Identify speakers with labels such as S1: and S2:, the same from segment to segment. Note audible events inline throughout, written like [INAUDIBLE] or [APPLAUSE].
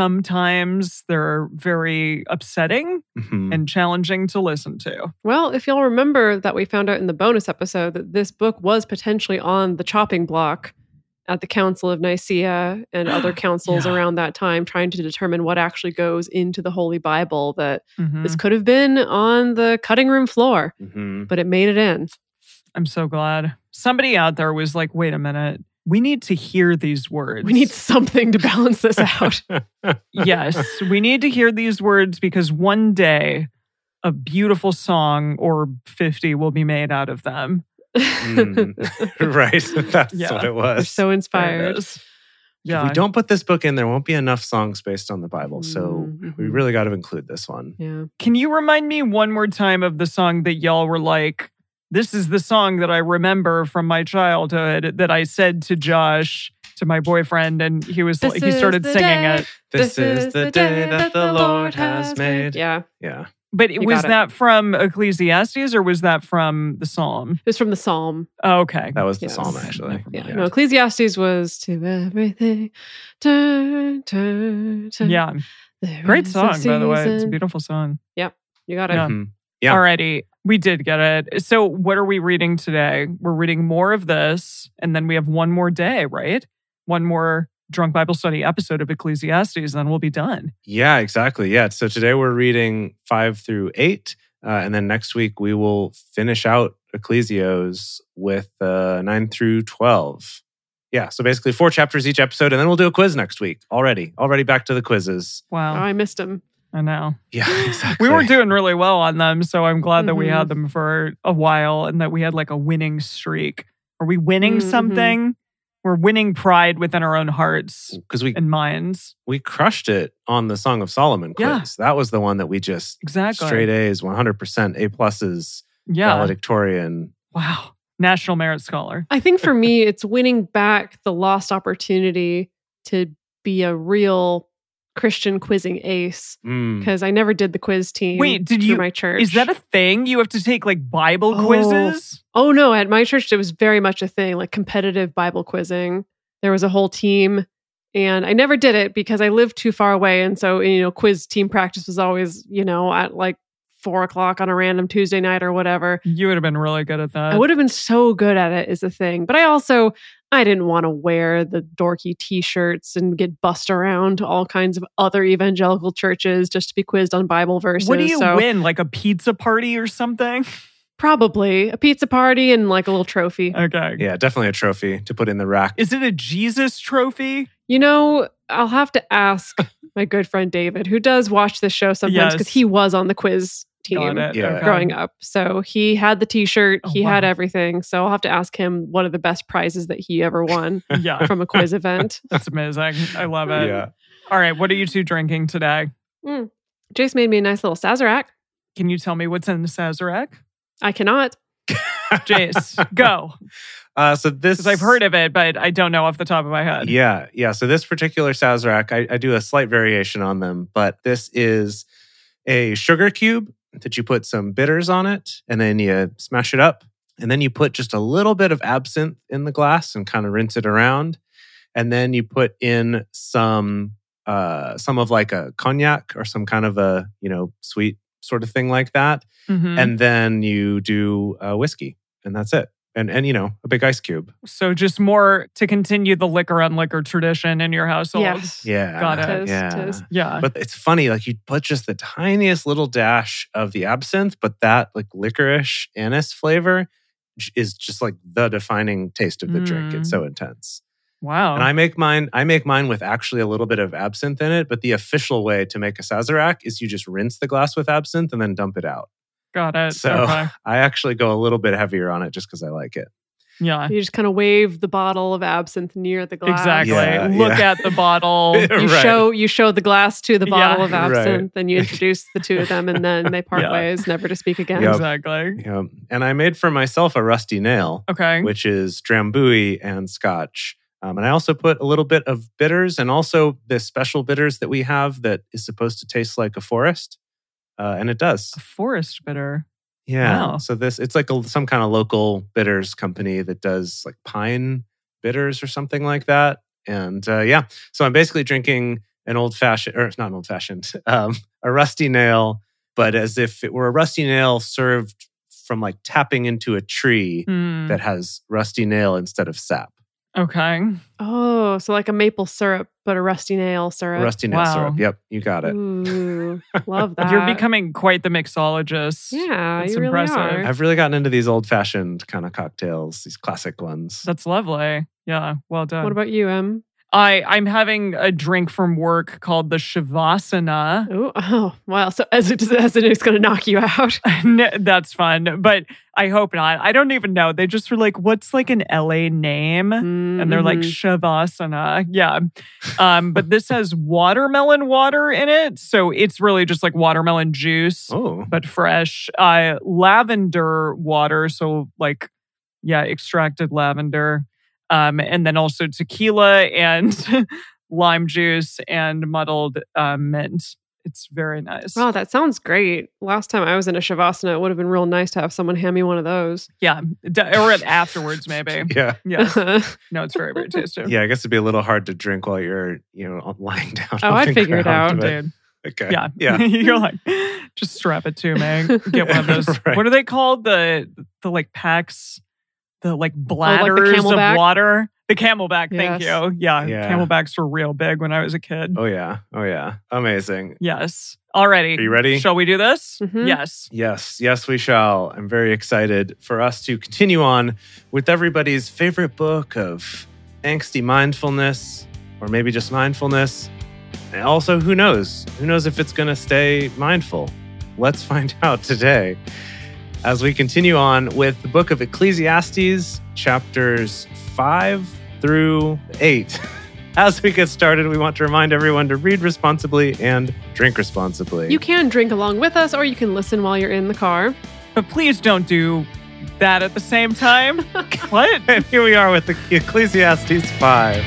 S1: sometimes they're very upsetting
S2: Mhm.
S1: and challenging to listen to.
S3: Well, if y'all remember that we found out in the bonus episode that this book was potentially on the chopping block at the Council of Nicaea
S2: [GASPS]
S3: and other councils
S1: Yeah.
S3: around that time, trying to determine what actually goes into the Holy Bible. That
S1: Mhm.
S2: Mm.
S3: this could have been on the cutting room floor,
S2: Mhm.
S3: but it made it in.
S1: I'm so glad somebody out there was like, "Wait a minute, we need to hear these words.
S3: We need something to balance
S2: [LAUGHS]
S3: this out.
S1: [LAUGHS] yes, we need to hear these words because one day." A beautiful song or 50 will be made out of them.
S3: [LAUGHS]
S2: Mm. [LAUGHS] right. That's
S1: Yeah.
S2: what it
S3: We're
S2: was.
S3: so
S1: There it
S3: inspired.
S1: is. Yeah.
S2: If we don't put this book in, there won't be enough songs based on the Bible. So
S3: Mhm,
S2: we
S3: mhm.
S2: really got to include this one.
S3: yeah.
S1: Can you remind me one more time of the song that y'all were like, this is the song that I remember from my childhood that I said to Josh, to my boyfriend, and he was
S3: This
S1: like, he started
S3: is the
S1: singing
S3: day.
S1: it.
S2: This, is, the, day, that the Lord has made. Yeah.
S3: Yeah.
S1: But it
S3: You
S1: was
S3: got it.
S1: that from Ecclesiastes or was that from the Psalm?
S3: It was from the Psalm.
S1: Oh, okay.
S2: That was the
S3: Yes.
S2: psalm, actually.
S1: Never
S3: Yeah.
S1: mind.
S3: No, Ecclesiastes was to everything. Turn, turn, turn.
S1: Yeah.
S3: There
S1: Great
S3: is a
S1: song, by the way. It's a
S3: season.
S1: beautiful song.
S3: You got it.
S1: Yeah.
S2: Mhm. Yeah.
S1: Alrighty. We did get it. So, what are we reading today? We're reading more of this, and then we have one more day, right? One more drunk Bible study episode of Ecclesiastes, then we'll be done.
S2: Yeah, exactly. Yeah. So today we're reading five through eight. Uh, and then next week we will finish out Ecclesios with uh, nine through 12. Yeah. So basically four chapters each episode. And then we'll do a quiz next week already. Already back to the quizzes.
S3: Oh,
S1: Wow.
S3: I missed him.
S1: I know. [LAUGHS]
S2: Yeah, [LAUGHS] exactly.
S1: We were doing really well on them, so I'm glad that we
S3: Mhm.
S1: had them for a while and that we had like a winning streak. Are we winning
S3: Mhm.
S1: something? We're winning pride within our own hearts
S2: Because we,
S1: and minds.
S2: we crushed it on the Song of Solomon quiz.
S1: Yeah.
S2: That was the one that we just
S1: Exactly.
S2: straight A's, 100% A pluses,
S1: yeah.
S2: valedictorian.
S1: Wow. National Merit Scholar.
S3: I think
S1: [LAUGHS]
S3: for me, it's winning back the lost opportunity to be a real Christian quizzing ace
S2: Mm.
S3: because I never did the quiz team.
S1: Hmm. Wait, did
S3: through
S1: you?
S3: my church?
S1: Is that a thing? You have to take like Bible
S3: Oh.
S1: quizzes?
S3: Oh no, at my church it was very much a thing, like competitive Bible quizzing. There was a whole team and I never did it because I lived too far away. And so, you know, quiz team practice was always, you know, at like four o'clock on a random Tuesday night or whatever.
S1: You would have been really good at that.
S3: I would have been so good at it is the thing. But I also I didn't want to wear the dorky t-shirts and get bussed around to all kinds of other evangelical churches just to be quizzed on Bible verses.
S1: What do you
S3: so
S1: win? Like a pizza party or something? [LAUGHS]
S3: probably a pizza party and like a little trophy.
S1: Okay.
S2: Yeah, definitely a trophy to put in the rack.
S1: Is it a Jesus trophy?
S3: You know,
S1: [LAUGHS]
S3: I'll have to ask my good friend David, who does watch this show sometimes
S1: Yes.
S3: because he was on the quiz team
S1: Got it.
S2: Yeah.
S1: Okay.
S3: growing up. So he had the T-shirt,
S1: Oh,
S3: he had
S1: wow.
S3: everything. So I'll have to ask him what are the best prizes that he
S1: [LAUGHS]
S3: ever won
S1: Yeah,
S3: from a quiz event.
S1: that's amazing. I love it.
S2: [LAUGHS] Yeah.
S1: All right, what are you two drinking today?
S3: Jace made me a nice little Sazerac.
S1: Can you tell me what's in the Sazerac?
S3: I cannot.
S1: Jace, go.
S2: Uh, so this
S1: Because I've heard of it, but I don't know off the top of my head.
S2: Yeah, yeah. So this particular Sazerac, I, I do a slight variation on them, but this is a sugar cube that you put some bitters on it, and then you smash it up, and then you put just a little bit of absinthe in the glass and kind of rinse it around, and then you put in some uh, some of like a cognac or some kind of a you know sweet sort of thing like that,
S1: Mhm.
S2: and then you do uh, whiskey, and that's it. And, and you know a big ice cube
S1: so just more to continue the liquor on liquor tradition in your household.
S3: Yes.
S2: yeah
S1: Got it.
S3: Toast,
S2: yeah
S3: toast.
S1: Yeah.
S2: [LAUGHS] But it's funny, like you put just the tiniest little dash of the absinthe, but that like licorice anise flavor j- is just like the defining taste of the drink.
S1: Mm. Oh.
S2: It's so intense.
S1: wow.
S2: And I make mine, I make mine with actually a little bit of absinthe in it, but the official way to make a Sazerac is you just rinse the glass with absinthe and then dump it out.
S1: Got it.
S2: So-
S1: Okay.
S2: I actually go a little bit heavier on it just because I like it.
S3: [LAUGHS]
S1: Yeah.
S3: You just kind of wave the bottle of absinthe near the glass.
S1: Exactly. [LAUGHS]
S2: Yeah,
S1: Look
S2: yeah.
S1: at the
S2: [LAUGHS]
S1: bottle.
S3: You
S2: Right.
S3: show you show the glass to the bottle
S1: Yeah.
S3: of
S2: [LAUGHS] Right.
S3: absinthe, and you introduce the two of them, and
S1: [LAUGHS]
S3: then they part
S1: Yeah.
S3: ways, never to speak again.
S2: Yep.
S1: Exactly.
S2: Yeah. And I made for myself a rusty nail.
S1: Okay.
S2: which is drambuie and scotch. Um, and I also put a little bit of bitters and also the special bitters that we have that is supposed to taste like a forest. Uh, and it does.
S1: A forest bitter.
S2: Yeah.
S1: Wow.
S2: So this, it's like a, some kind of local bitters company that does like pine bitters or something like that. And uh, yeah, so I'm basically drinking an old fashioned, or not an old fashioned, [LAUGHS] um, a rusty nail, but as if it were a rusty nail served from like tapping into a tree
S1: Hmm.
S2: that has rusty nail instead of sap.
S1: Okay.
S3: Oh, so like a maple syrup, but a rusty nail syrup.
S2: Rusty nail
S1: Wow.
S2: syrup. Yep, you got it.
S1: [LAUGHS]
S3: Ooh, love that.
S1: You're becoming quite the mixologist.
S3: yeah,
S1: it's
S3: you really
S1: impressive.
S3: are.
S2: I've really gotten into these old fashioned kind of cocktails, these classic ones.
S1: That's lovely. Yeah. Well done.
S3: What about you, Em?
S1: I, I'm having a drink from work called the Shavasana. [LAUGHS]
S3: Ooh, [LAUGHS] oh, wow. So as it as it is going to knock
S1: [LAUGHS]
S3: you out.
S1: No, That's fun, but I hope not. I don't even know. They just were like, what's like an LA name? And they're like,
S3: Mhm.
S1: Shavasana. Yeah. Um, but this has watermelon water in it. So it's really just like watermelon juice.
S2: oh,
S1: but fresh. Uh, lavender water, so like, yeah, extracted lavender, um, and then also tequila and [LAUGHS] lime juice and muddled uh, mint. It's very nice.
S3: Wow, that sounds great. Last time I was in a shavasana, it would have been real nice to have someone hand me one of those.
S1: yeah, d- or it afterwards maybe.
S2: [LAUGHS] yeah.
S1: Yeah, no, it's very very tasty.
S2: Yeah, I guess it'd be a little hard to drink while you're, you know, lying [LAUGHS] down.
S3: Oh,
S2: on
S3: I'd
S2: the
S3: figure it
S2: ground,
S3: out,
S2: but-
S1: dude.
S2: Okay.
S1: Yeah, [LAUGHS]
S2: Yeah.
S1: You're like, just strap it to me. Get
S2: [LAUGHS]
S1: one of those.
S2: Right.
S1: What are they called? The the like packs, the like
S3: like the
S1: bladders
S3: camelback?
S1: of water. The camelback. Thank
S3: Yes.
S1: you. Yeah,
S2: Yeah.
S1: camelbacks were real big when I was a kid.
S2: Oh, yeah. Oh, yeah. Amazing.
S1: Yes. Alrighty.
S2: Are you ready?
S1: Shall we do this?
S3: Mhm.
S1: Yes.
S2: Yes, yes, we shall. I'm very excited for us to continue on with everybody's favorite book of angsty mindfulness, or maybe just mindfulness. And also, who knows? Who knows if it's going to stay mindful? Let's find [LAUGHS] out today as we continue on with the book of Ecclesiastes, chapters 5 through 8. [LAUGHS] As we get started, we want to remind everyone to read responsibly and drink responsibly.
S3: [LAUGHS] You can drink along with us, or you can listen while you're in the car.
S1: But please don't do that at the same time. what?
S2: [LAUGHS] and here we are with the Ecclesiastes 5.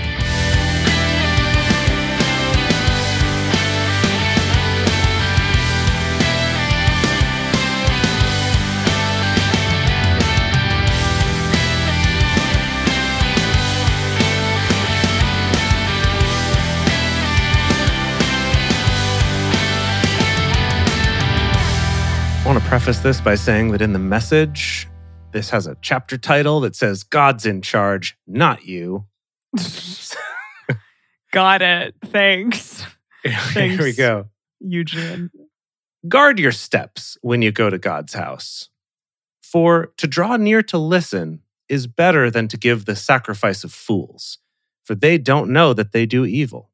S2: I want to preface this by saying that in the message, this has a chapter title that says God's in charge, not you. [LAUGHS]
S1: Got it. Thanks,
S2: Here we
S1: Thanks.
S2: go.
S1: Eugene.
S2: Guard your steps when you go to God's house. For to draw near to listen is better than to give the sacrifice of fools, for they don't know that they do evil.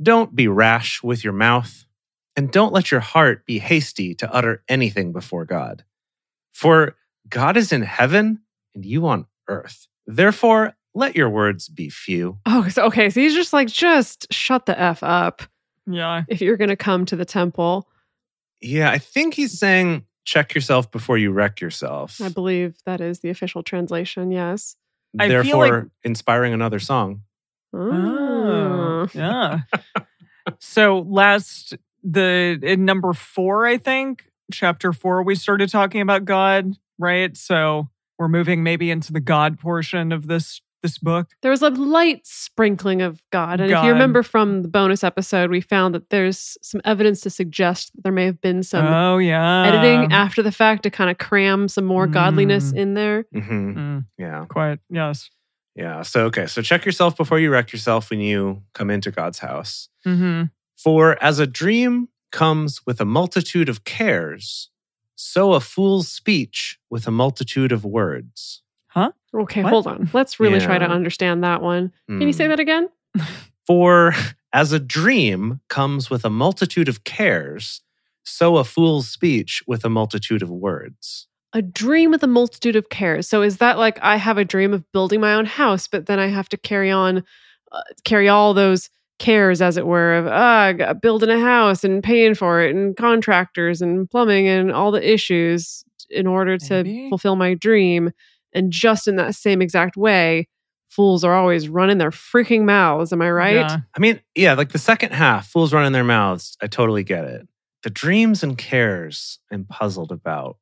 S2: Don't be rash with your mouth, And don't let your heart be hasty to utter anything before God. For God is in heaven and you on earth. Therefore, let your words be few.
S3: Oh, so, okay. So he's just like, just shut the F up
S1: Yeah.
S3: if you're going to come to the temple.
S2: Yeah, I think he's saying check yourself before you wreck yourself.
S3: I believe that is the official translation. Yes.
S1: I feel
S2: Therefore,
S1: like-
S2: inspiring another song.
S1: Oh.
S3: Ah.
S1: yeah. so last the in number four, I think chapter four, we started talking about God, right? So we're moving maybe into the God portion of this this book.
S3: There was a light sprinkling of God. And if
S1: God.
S3: you remember from the bonus episode, we found that there's some evidence to suggest that there may have been some
S1: oh yeah,
S3: editing after the fact to kind of cram some more godliness
S1: Mm.
S3: in there.
S2: hmm
S1: Mm,
S2: Yeah.
S1: quite yes.
S2: Yeah. So, okay. So, check yourself before you wreck yourself when you come into God's house.
S1: Mm-hmm.
S2: For as a dream comes with a multitude of cares, so a fool's speech with a multitude of words.
S3: Okay,
S1: What?
S3: hold on. Let's really try to
S2: Yeah.
S3: understand that one. Can you say
S2: Hmm.
S3: that again?
S2: For as a dream comes with a multitude of cares, so a fool's speech with a multitude of words.
S3: A dream with a multitude of cares. So is that like I have a dream of building my own house, but then I have to carry on, uh, carry all those cares, as it were, of uh, g- building a house and paying for it, and contractors and plumbing and all the issues in order to
S1: Maybe.
S3: fulfill my dream. And just in that same exact way, fools are always running their freaking mouths. Am I right?
S1: Yeah.
S2: I mean, yeah, like the second half, fools running their mouths. I totally get it. The dreams and cares, I'm puzzled about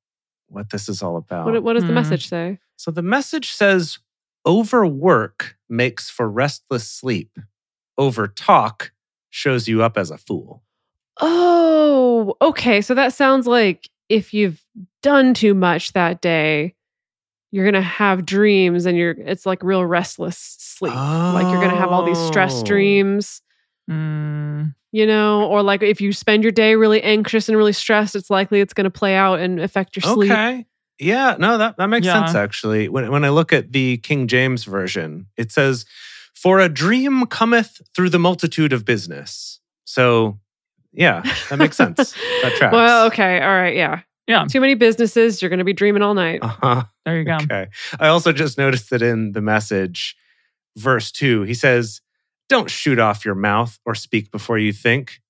S2: what this is all about.
S3: What, what does the
S1: Hmm.
S3: message say?
S2: So the message says overwork makes for restless sleep. Overtalk shows you up as a fool.
S3: Oh, okay. So that sounds like if you've done too much that day, you're gonna have dreams, and you're it's like real restless sleep. Like you're gonna have all these stress
S2: Oh.
S3: dreams,
S1: Mm,
S3: you know, or like if you spend your day really anxious and really stressed, it's likely it's gonna play out and affect your sleep.
S2: Okay. Yeah, no, that, that makes
S1: Yeah.
S2: sense actually. When when I look at the King James version, it says, For a dream cometh through the multitude of business. So yeah, that makes sense.
S3: [LAUGHS]
S2: That tracks.
S3: Well, okay, all right, yeah,
S1: Yeah.
S3: Too many businesses, you're gonna be dreaming all night.
S2: Uh-huh.
S1: there you go.
S2: Okay. I also just noticed that in the message, verse two, he says, Don't shoot off your mouth or speak before you think.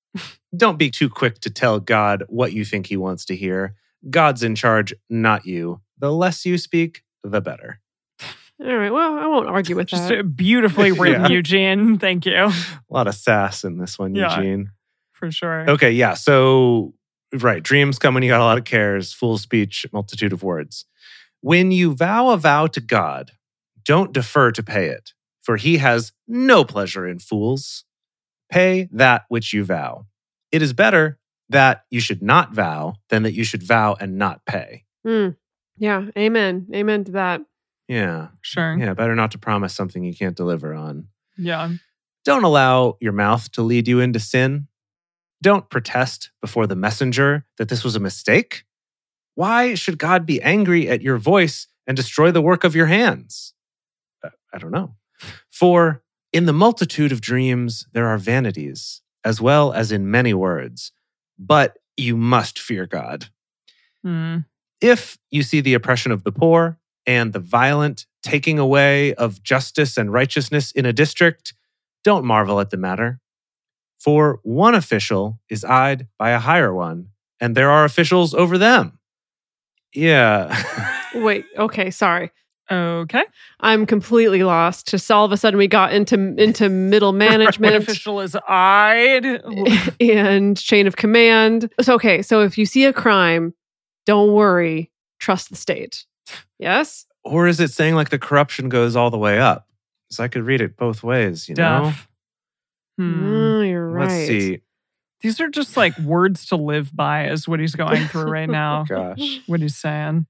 S2: Don't be too quick to tell God what you think he wants to hear. God's in charge, not you. The less you speak, the better. Uh,
S3: All right, well, I won't
S2: [LAUGHS]
S3: argue with
S1: Just
S3: that.
S1: uh, beautifully written,
S2: Yeah.
S1: Eugene. Thank you
S2: A lot of sass in this one,
S1: Yeah.
S2: Eugene.
S1: for sure.
S2: Okay. Yeah. So, right. Dreams come when you got a lot of cares, full speech, multitude of words. When you vow a vow to God, don't defer to pay it, for he has no pleasure in fools. Pay that which you vow. It is better that you should not vow than that you should vow and not pay.
S3: Hmm. Yeah, amen, amen to that.
S2: Yeah.
S1: Sure.
S2: Yeah. Better not to promise something you can't deliver on.
S1: yeah.
S2: Don't allow your mouth to lead you into sin. Don't protest before the messenger that this was a mistake. Why should God be angry at your voice and destroy the work of your hands? Uh, I don't know. For in the multitude of dreams, there are vanities, as well as in many words. But you must fear God.
S1: Mm,
S2: If you see the oppression of the poor and the violent taking away of justice and righteousness in a district, don't marvel at the matter. For one official is eyed by a higher one, and there are officials over them. Yeah. [LAUGHS]
S3: Wait, okay, sorry.
S1: okay.
S3: I'm completely lost. Just all of a sudden, we got into
S1: [LAUGHS]
S3: into middle
S1: When
S3: management
S1: official is eyed.
S3: [LAUGHS] and chain of command. So, okay, so if you see a crime, don't worry. Trust the state. Yes.
S2: or is it saying like the corruption goes all the way up? So I could read it both ways, you know?
S1: Deaf. Hmm.
S3: Oh, you're right.
S2: Let's see.
S1: These are just like words to live by, is what he's going through
S3: [LAUGHS]
S1: right now.
S2: Gosh.
S1: What he's saying,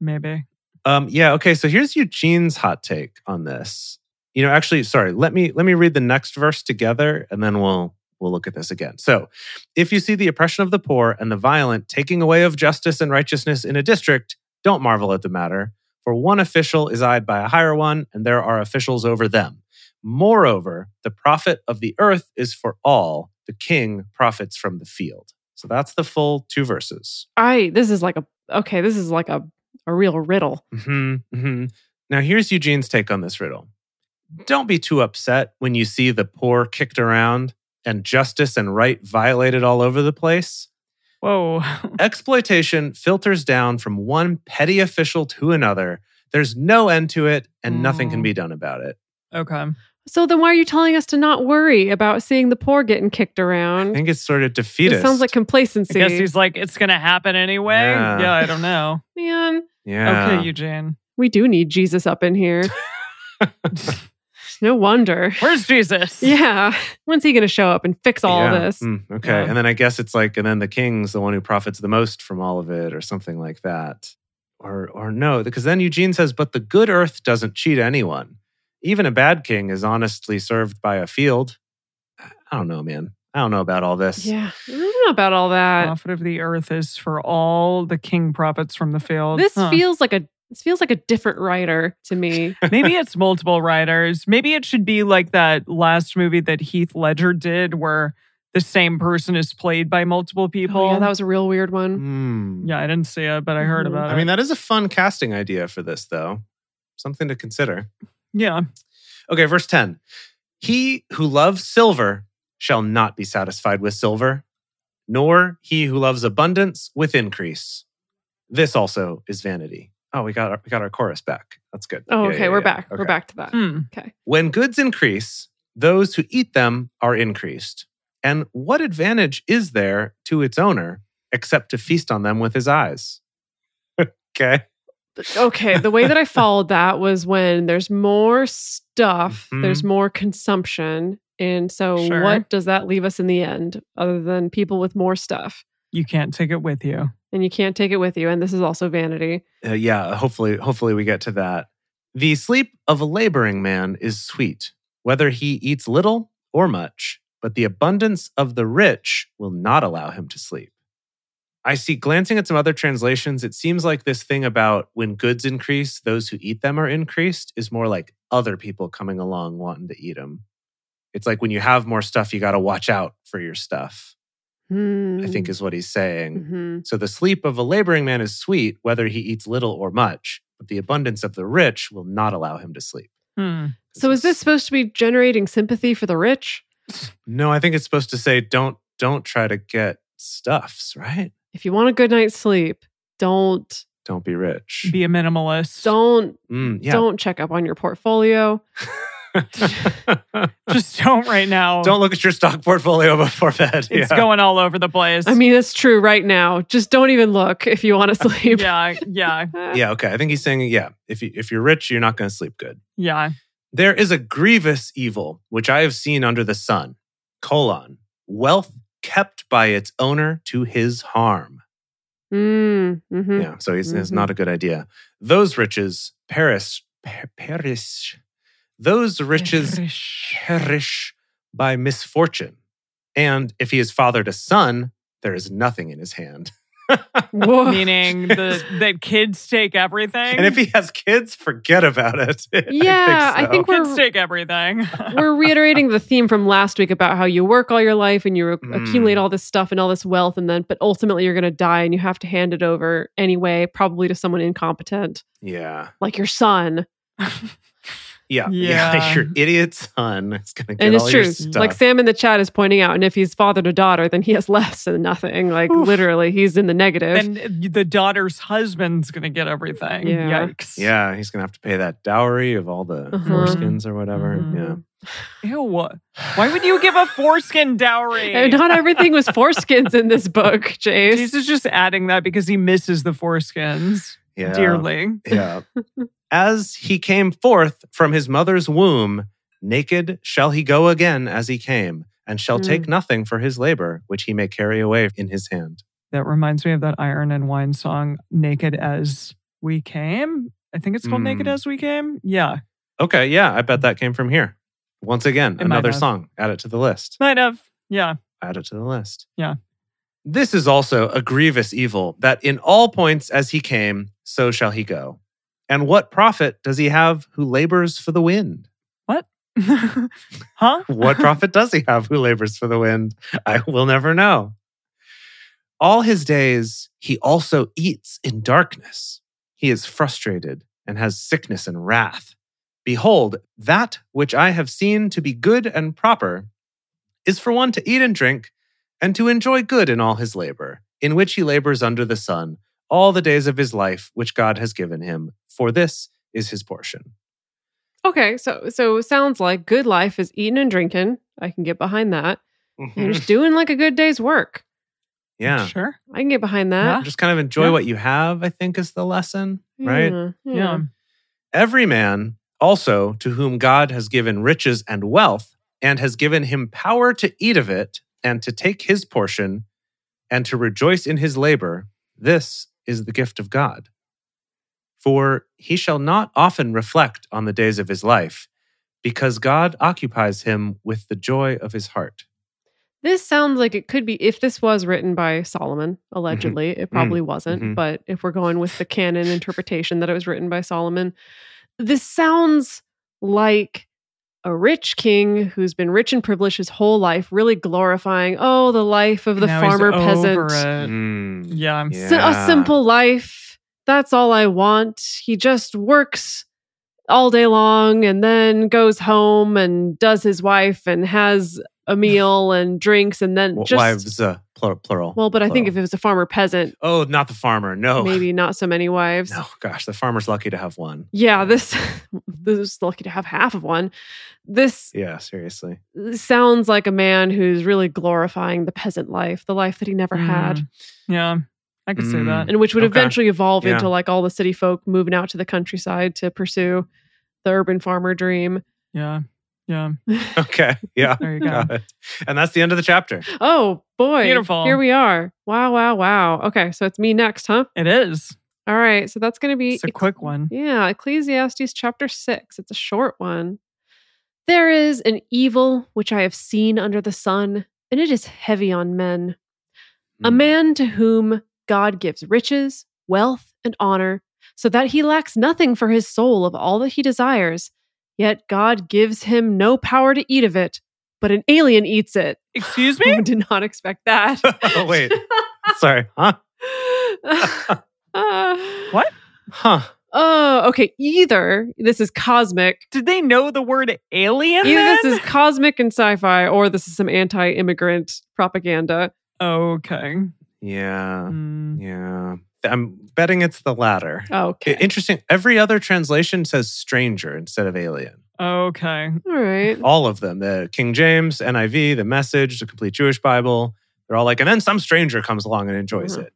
S1: maybe.
S2: Um, yeah. Okay. So here's Eugene's hot take on this. You know, actually, sorry. Let me let me read the next verse together, and then we'll we'll look at this again. So, if you see the oppression of the poor and the violent taking away of justice and righteousness in a district, don't marvel at the matter. For one official is eyed by a higher one, and there are officials over them. Moreover, the profit of the earth is for all. The king profits from the field. So that's the full two verses.
S3: [GASPS] I this is like a okay, this is like a a real riddle.
S2: hmm hmm Now, here's Eugene's take on this riddle. Don't be too upset when you see the poor kicked around and justice and right violated all over the place.
S1: Whoa. [LAUGHS]
S2: Exploitation filters down from one petty official to another. There's no end to it, and nothing can
S1: Mm.
S2: be done about it.
S1: okay.
S3: So then why are you telling us to not worry about seeing the poor getting kicked
S2: I
S3: around?
S2: think it's sort of defeatist.
S3: It sounds like
S1: I
S3: complacency.
S1: guess he's like, it's going to happen anyway.
S2: Yeah.
S1: Yeah. I don't know.
S3: Man,
S2: yeah.
S1: Okay, Eugene.
S3: we do need Jesus up
S1: [LAUGHS]
S3: in here. no wonder.
S1: Where's Jesus?
S3: [LAUGHS] Yeah. When's he going to show up and fix all
S2: Yeah.
S3: this?
S2: Mm, okay.
S1: Yeah.
S2: And then I guess it's like, and then the king's the one who profits the most from all of it, or something like that. Or, or no, because then Eugene says, but the good earth doesn't cheat anyone. Even a bad king is honestly served by a field. I don't know, man. I don't know about all this.
S3: Yeah. I don't know about all that.
S1: Prophet of the earth is for all the king prophets from the field.
S3: this
S1: Huh.
S3: feels like a this feels like a different writer to
S2: [LAUGHS]
S3: me.
S1: Maybe it's multiple writers. Maybe it should be like that last movie that Heath Ledger did where the same person is played by multiple people.
S3: oh, yeah, that was a real weird one.
S2: Hmm.
S1: Yeah, I didn't see it, but I heard
S3: Mhm.
S1: about it.
S2: I mean, that is a fun casting idea for this, though. Something to consider.
S1: yeah.
S2: Okay, verse 10. He who loves silver shall not be satisfied with silver, nor he who loves abundance with increase. This also is vanity. Oh, we got our, we got our chorus back. That's good.
S3: Oh,
S2: Yeah,
S3: okay,
S2: yeah,
S3: we're
S2: yeah.
S3: back. We're
S2: Okay.
S3: back to that.
S1: Hmm.
S2: When goods increase, those who eat them are increased. And what advantage is there to its owner except to feast on them with his eyes? [LAUGHS] okay.
S3: okay the way that
S2: [LAUGHS]
S3: i followed that was when there's more stuff
S2: Mhm.
S3: there's more consumption and so
S1: Sure.
S3: what does that leave us in the end other than people with more stuff
S1: You can't take it with you.
S3: and you can't take it with you and this is also vanity
S2: Uh, yeah, hopefully, hopefully we get to that. The sleep of a laboring man is sweet, whether he eats little or much, but the abundance of the rich will not allow him to sleep. I see, glancing at some other translations, it seems like this thing about when goods increase, those who eat them are increased is more like other people coming along wanting to eat them. It's like when you have more stuff, you got to watch out for your stuff, I think is what he's saying.
S3: hmm
S2: So the sleep of a laboring man is sweet, whether he eats little or much, but the abundance of the rich will not allow him to sleep.
S1: Hmm.
S3: so is this supposed to be generating sympathy for the rich
S2: No, I think it's supposed to say don't don't try to get stuffs, right?
S3: if you want a good night's sleep don't
S2: Don't be rich.
S1: Be a minimalist.
S3: don't
S2: Mm,
S3: don't check up on your portfolio
S2: yeah.
S1: [LAUGHS] Just don't right now.
S2: [LAUGHS] don't look at your stock portfolio [LAUGHS] before bed.
S1: It's
S2: yeah.
S1: going all over the place.
S3: i mean it's true right now just don't even look if you want to sleep [LAUGHS] Ah,
S1: yeah, yeah,
S2: Uh, yeah, okay. I think he's saying, yeah, if you if you're rich, you're not going to sleep good.
S1: yeah.
S2: There is a grievous evil which I have seen under the sun, colon, wealth kept by its owner to his harm.
S3: mm, hmm
S2: Yeah, so it's, it's
S3: Mhm.
S2: not a good idea. Those riches perish, per- perish.
S3: [LAUGHS]
S2: Those riches perish by misfortune. And if he has fathered a son, there is nothing in his hand. [LAUGHS]
S3: Whoa.
S1: Meaning the, that kids take everything.
S2: And if he has kids, forget about it. [LAUGHS] I think
S3: Yeah, I
S2: so.
S3: think
S1: kids
S3: we're-
S1: take everything.
S3: we're reiterating the theme from last week about how you work all your life and you ac-
S2: Mm.
S3: accumulate all this stuff and all this wealth and then but ultimately you're going to die and you have to hand it over anyway probably to someone incompetent
S2: Yeah.
S3: like your son
S2: Yeah. Yeah. [LAUGHS]
S1: Yeah.
S2: Your idiot son is going to get
S3: and
S2: all
S3: it's
S2: your
S3: true
S2: stuff.
S3: like sam in the chat is pointing out and if he's fathered a daughter then he has [LAUGHS] less than nothing like
S1: Oof.
S3: literally he's in the negative
S1: and the daughter's husband's gonna get everything.
S3: Yeah.
S1: Yikes.
S2: yeah, he's going to have to pay that dowry of all the
S3: Uh-huh. Mm-hmm.
S2: foreskins or whatever.
S1: Mhm.
S2: Yeah.
S1: Ew. Why would
S2: [SIGHS]
S1: you give a foreskin
S3: [LAUGHS]
S1: dowry?
S3: And not everything was foreskins in this [LAUGHS] book jace
S1: He's just adding that because he misses the foreskins
S2: Yeah.
S1: dearly.
S2: Yeah.
S1: [LAUGHS]
S2: as he came forth from his mother's womb, naked shall he go again as he came, and shall
S1: Hmm.
S3: Mm.
S2: take nothing for his labor, which he may carry away in his hand.
S1: That reminds me of that Iron and Wine song, Naked as We Came. I think it's called
S2: Mm.
S1: Naked as We Came. Yeah.
S2: Okay, yeah, I bet that came from here. Once again,
S1: It might
S2: another
S1: have.
S2: song. Add it to the list.
S1: Might have. Yeah. [LAUGHS]
S2: Add it to the list.
S1: Yeah.
S2: This is also a grievous evil that in all points as he came, so shall he go. And what profit does he have who labors for the wind?
S1: huh?
S2: What profit does he have who labors for the wind? I will never know. all his days, he also eats in darkness. He is frustrated and has sickness and wrath. Behold, that which I have seen to be good and proper is for one to eat and drink and to enjoy good in all his labor, in which he labors under the sun all the days of his life which God has given him, for this is his portion.
S3: Okay, so so it sounds like good life is eating and drinking. I can get behind that. You're just doing like a good day's work.
S2: Yeah.
S1: Sure.
S3: I can get behind that.
S2: Just kind of enjoy
S1: Yeah.
S2: what you have, I think is the lesson, right?
S3: Yeah, yeah.
S1: Yeah.
S2: Every man also to whom God has given riches and wealth, and has given him power to eat of it, and to take his portion, and to rejoice in his labor, this is the gift of God. For he shall not often reflect on the days of his life, because God occupies him with the joy of his heart.
S3: This sounds like it could be if this was written by Solomon,
S1: Mm-hmm.
S3: allegedly. It
S1: Mm.
S3: probably wasn't,
S2: Mhm.
S3: but if we're going
S1: [LAUGHS]
S3: with the canon interpretation that it was written by Solomon, this sounds like a rich king who's been rich and privileged his whole life, really glorifying, oh, the life of the
S1: Now he's
S3: farmer
S1: over
S3: peasant.
S1: it.
S2: Mm.
S1: Yeah.
S2: Yeah.
S3: Si- a simple life. That's all I want. He just works all day long and then goes home and does his wife and has
S2: [LAUGHS]
S3: a meal and drinks and then
S2: W-
S3: just
S2: Wives, uh, plur- plural.
S3: well, but I think if it was a farmer peasant,
S2: Oh, not the farmer. No.
S3: maybe not so many wives.
S2: [LAUGHS] No, gosh, the farmer's lucky to have one.
S3: Yeah, this [LAUGHS] this is lucky to have half of one. This
S2: Yeah, [LAUGHS] seriously.
S3: sounds like a man who's really glorifying the peasant life, the life that he never had.
S1: Mm. Yeah. I could say
S2: Mm.
S1: that.
S3: and which would
S2: Okay.
S3: eventually evolve
S2: Yeah.
S3: into like all the city folk moving out to the countryside to pursue the urban
S1: [LAUGHS]
S3: farmer dream. [LAUGHS]
S1: Yeah. Yeah.
S2: Okay. Yeah.
S1: There you go.
S2: [LAUGHS] Got it. And that's the end of the [LAUGHS] chapter.
S3: Oh boy.
S1: Beautiful.
S3: Here we are. Wow, wow, wow. Okay, so it's me next, huh?
S1: It is.
S3: All right. So that's going to be
S1: It's a quick one.
S3: Yeah, Ecclesiastes chapter 6. It's a short one. There is an evil which I have seen under the sun, and it is heavy on men. A
S2: Mm.
S3: man to whom God gives riches, wealth, and honor, so that he lacks nothing for his soul of all that he desires, yet God gives him no power to eat of it, but an alien eats it. [LAUGHS]
S1: Excuse
S3: I
S1: me?
S3: did not expect that.
S2: [LAUGHS] Oh,
S3: [LAUGHS]
S2: wait. Sorry. Huh?
S3: what?
S1: What?
S2: Huh.
S3: Oh, okay. Either this is cosmic
S1: Did they know the word alien?
S3: Either this
S1: then?
S3: is cosmic and sci-fi, or this is some anti-immigrant propaganda.
S1: okay.
S2: Yeah.
S1: Mm.
S2: Yeah. I'm betting it's the latter. I-
S3: Okay,
S2: Interesting. Every other translation says stranger instead of alien.
S1: Okay.
S3: all right.
S2: All of them the King James, NIV, the Message, the Complete Jewish Bible. They're all like, and then some stranger comes along and enjoys
S3: Mhm.
S2: it.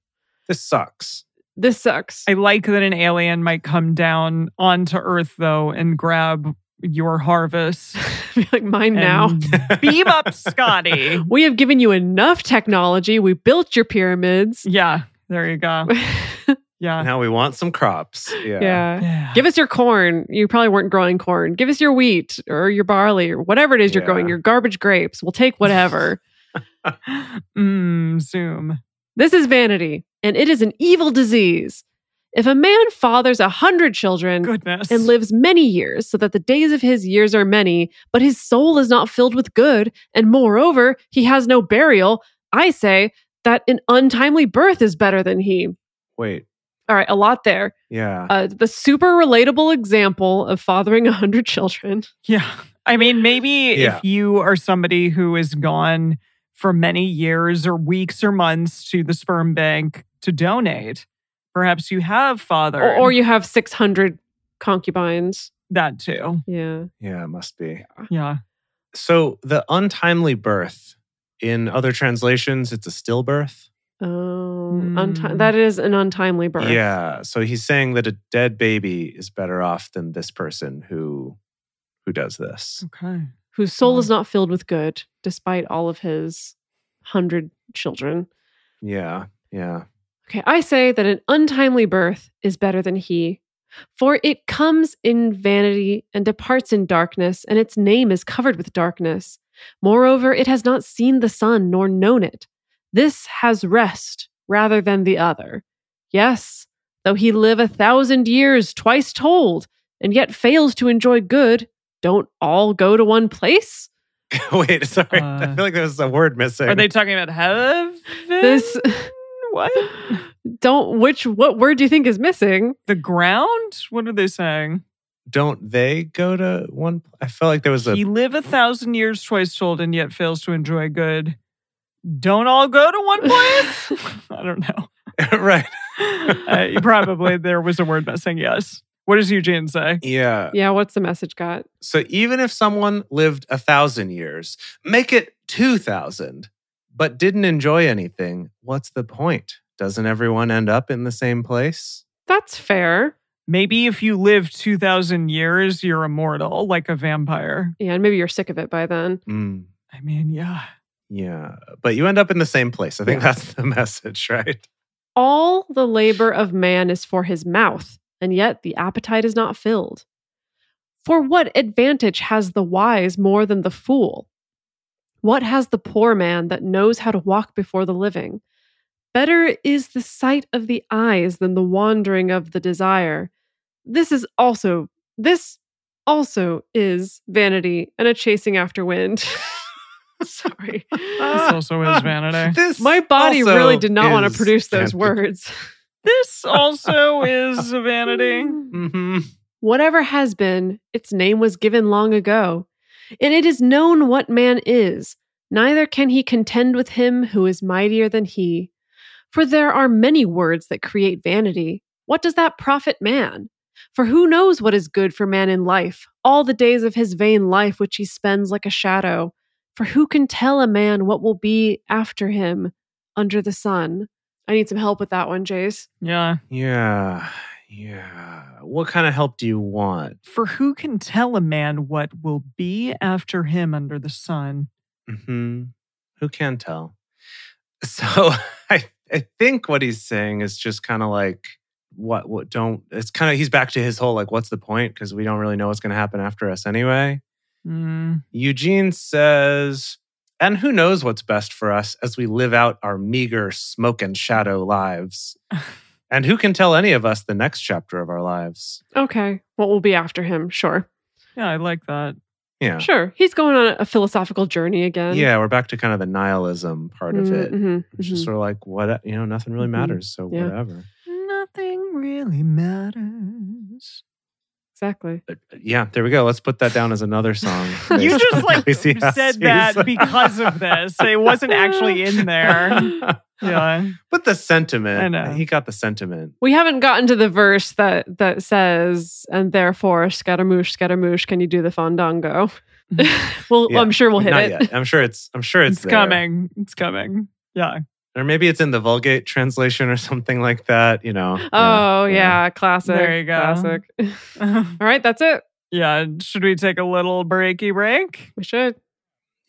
S2: This sucks.
S3: This sucks. [LAUGHS]
S1: I like that an alien might come down onto Earth though and grab your harvest.
S3: like mine [LAUGHS] now.
S1: and beam up
S3: [LAUGHS]
S1: Scotty.
S3: We have given you enough technology. We built your pyramids.
S1: Yeah. There you
S3: [LAUGHS]
S1: go. Yeah.
S2: Now we want some crops. Uh. Yeah.
S3: yeah.
S1: Yeah.
S3: Give us your corn. You probably weren't growing corn. Give us your wheat or your barley or whatever it is you're
S2: Yeah.
S3: growing. Your garbage grapes. We'll take whatever.
S1: mm, Zoom.
S3: This is vanity, and it is an evil disease. If a man fathers a hundred children,
S1: Goodness.
S3: and lives many years, so that the days of his years are many, but his soul is not filled with good, and moreover, he has no burial. I say that an untimely birth is better than he.
S2: Wait.
S3: All right, a lot there.
S2: Yeah.
S3: Uh, the super relatable example of fathering [LAUGHS] a hundred children.
S1: Yeah. I mean, maybe
S2: Yeah.
S1: if you are somebody who is gone for many years or weeks or months to the sperm bank to donate, perhaps you have father
S3: Or, or you have 600 concubines.
S1: that too.
S3: Yeah.
S2: yeah, it must be.
S1: Yeah.
S2: So the untimely birth in other translations, it's a stillbirth.
S3: Oh,
S1: Hmm.
S3: unti- that is an untimely birth.
S2: Yeah. So he's saying that a dead baby is better off than this person who who does this.
S1: Okay.
S3: Whose soul is not filled with good, despite all of his hundred children.
S1: Hmm.
S2: Yeah. Yeah. [LAUGHS]
S3: Okay, I say that an untimely birth is better than he, for it comes in vanity and departs in darkness, and its name is covered with darkness. Moreover, it has not seen the sun nor known it. This has rest rather than the other. Yes, though he live a thousand years twice told, and yet fails to enjoy good, don't all go to one place?
S2: Wait, sorry. I
S1: Uh,
S2: feel like there was a word
S1: [LAUGHS]
S2: missing.
S1: Are they talking about heaven?
S3: This [LAUGHS]
S1: What?
S3: Don't which what word do you think is missing?
S1: The ground? What are they saying?
S2: Don't they go to one? I felt like there was a
S1: he live a thousand years twice told and yet fails to enjoy good. Don't all go to one [LAUGHS] place? I don't know.
S2: [LAUGHS] right.
S1: Uh, probably there was a word missing. Yes. What does Eugene say?
S2: Yeah.
S3: Yeah, what's the message got?
S2: So even if someone lived a thousand years, make it 2,000, but didn't enjoy anything, what's the point? Doesn't everyone end up in the same place?
S3: That's fair.
S1: Maybe if you live 2,000 years, you're immortal like a vampire.
S3: Yeah, and maybe you're sick of it by then.
S2: Mm,
S1: I mean, yeah.
S2: yeah. But you end up in the same place. I think that's the [LAUGHS] message, right?
S3: All the labor of man is for his mouth, and yet the appetite is not filled. For what advantage has the wise more than the fool? What has the poor man that knows how to walk before the living? Better is the sight of the eyes than the wandering of the desire. This is also, this also is vanity and a chasing after wind. [LAUGHS] Sorry.
S1: [LAUGHS] This also is [LAUGHS] vanity.
S2: This
S3: My body
S2: also
S3: really did not want
S2: is
S3: to produce those
S2: vanity.
S3: words.
S1: This also is vanity.
S2: Mhm.
S3: Whatever has been, its name was given long ago. And it is known what man is, neither can he contend with him who is mightier than he. For there are many words that create vanity. What does that profit man? For who knows what is good for man in life, all the days of his vain life which he spends like a shadow? For who can tell a man what will be after him under the sun? I need some help with that one, Jace.
S1: Yeah.
S2: Yeah. Yeah. What kind of help do you want?
S1: For who can tell a man what will be after him under the sun?
S2: hmm Who can tell? [LAUGHS] So I, I think what he's saying is just kind of like what what don't it's kind of he's back to his whole like what's the point because we don't really know what's going to happen after us anyway.
S1: Mm,
S2: Eugene says, and who knows what's best for us as we live out our meager smoke and shadow
S1: [LAUGHS]
S2: lives. and who can tell any of us the next chapter of our lives?
S3: Okay, what will be after him? Sure.
S1: yeah, I like that.
S2: Yeah.
S3: Sure. He's going on a philosophical journey again.
S2: Yeah, we're back to kind of the nihilism part of it.
S1: Mm-hmm.
S3: Mhm,
S2: It's
S3: mhm.
S2: just sort of like what you know, nothing really
S3: Mhm.
S2: matters, so
S3: Yeah.
S2: whatever.
S1: Nothing really
S2: [LAUGHS]
S1: matters.
S3: Exactly.
S2: Uh, Yeah, there we go. Let's put that down as another
S1: [LAUGHS]
S2: song.
S1: You
S2: based on
S1: just like
S2: Ecclesiastes.
S1: said that because
S2: [LAUGHS]
S1: of this. It wasn't actually in there. Yeah.
S2: but the sentiment.
S1: I know.
S2: He got the sentiment.
S3: We haven't gotten to the verse that that says, and therefore, Scaramouche, Scaramouche, can you do the fandango?
S1: Mm-hmm.
S3: [LAUGHS] well,
S2: Yeah.
S3: I'm sure we'll hit
S2: Not
S3: it. [LAUGHS]
S2: yet. I'm sure it's. I'm sure
S1: [LAUGHS]
S2: it's,
S1: It's
S2: there.
S1: coming. It's coming. Yeah. [LAUGHS]
S2: Or maybe it's in the Vulgate translation or [LAUGHS] something like that. You know.
S3: Oh yeah, classic.
S1: There you go.
S3: Classic. [LAUGHS] All right, that's it.
S1: yeah. Should we take a little breaky break?
S3: We should.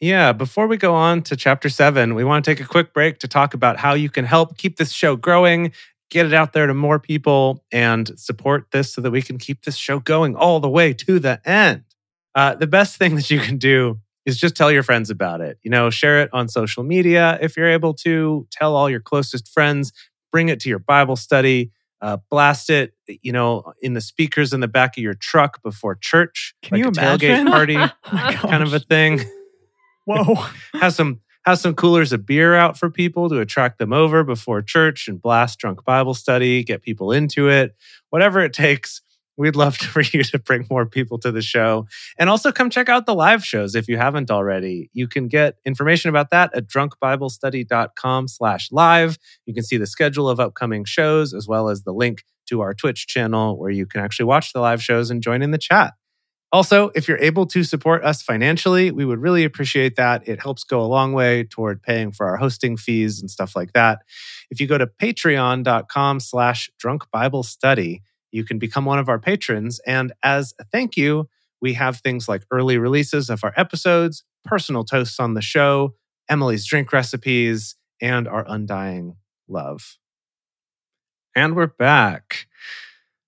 S2: Yeah, before we go on to chapter seven, we want to take a quick break to talk about how you can help keep this show growing, get it out there to more people, and support this so that we can keep this show going all the way to the end. Uh, the best thing [LAUGHS] that you can do is just tell your friends about it. You know, share it on social media if you're able to, tell all your closest friends, bring it to your Bible study. Uh, blast it, you know, in the speakers in the back of your truck before church,
S1: Can
S2: like
S1: you
S2: a
S1: imagine? [LAUGHS]
S3: [LAUGHS]
S2: tailgate party, Oh
S1: Oh my
S2: kind of a
S1: gosh.
S2: thing
S1: Whoa.
S2: have some have some coolers of beer out for people to attract them over before church and blast drunk bible study get people into it whatever it takes we'd love [LAUGHS] for you to bring more people to the show and also come check out the live shows if you haven't already you can get information about that at drunkbiblestudy.com slash live you can see the schedule of upcoming shows as well as the link to our twitch channel where you can actually watch the live shows and join in the chat also, if you're able to support us financially, we would really appreciate that. It helps go a long way toward paying for our hosting fees and stuff like that. If you go to patreon.com slash drunk Bible study, you can become one of our patrons. And as a thank you, we have things like early releases of our episodes, personal toasts on the show, Emily's drink recipes, and our undying love. And we're back.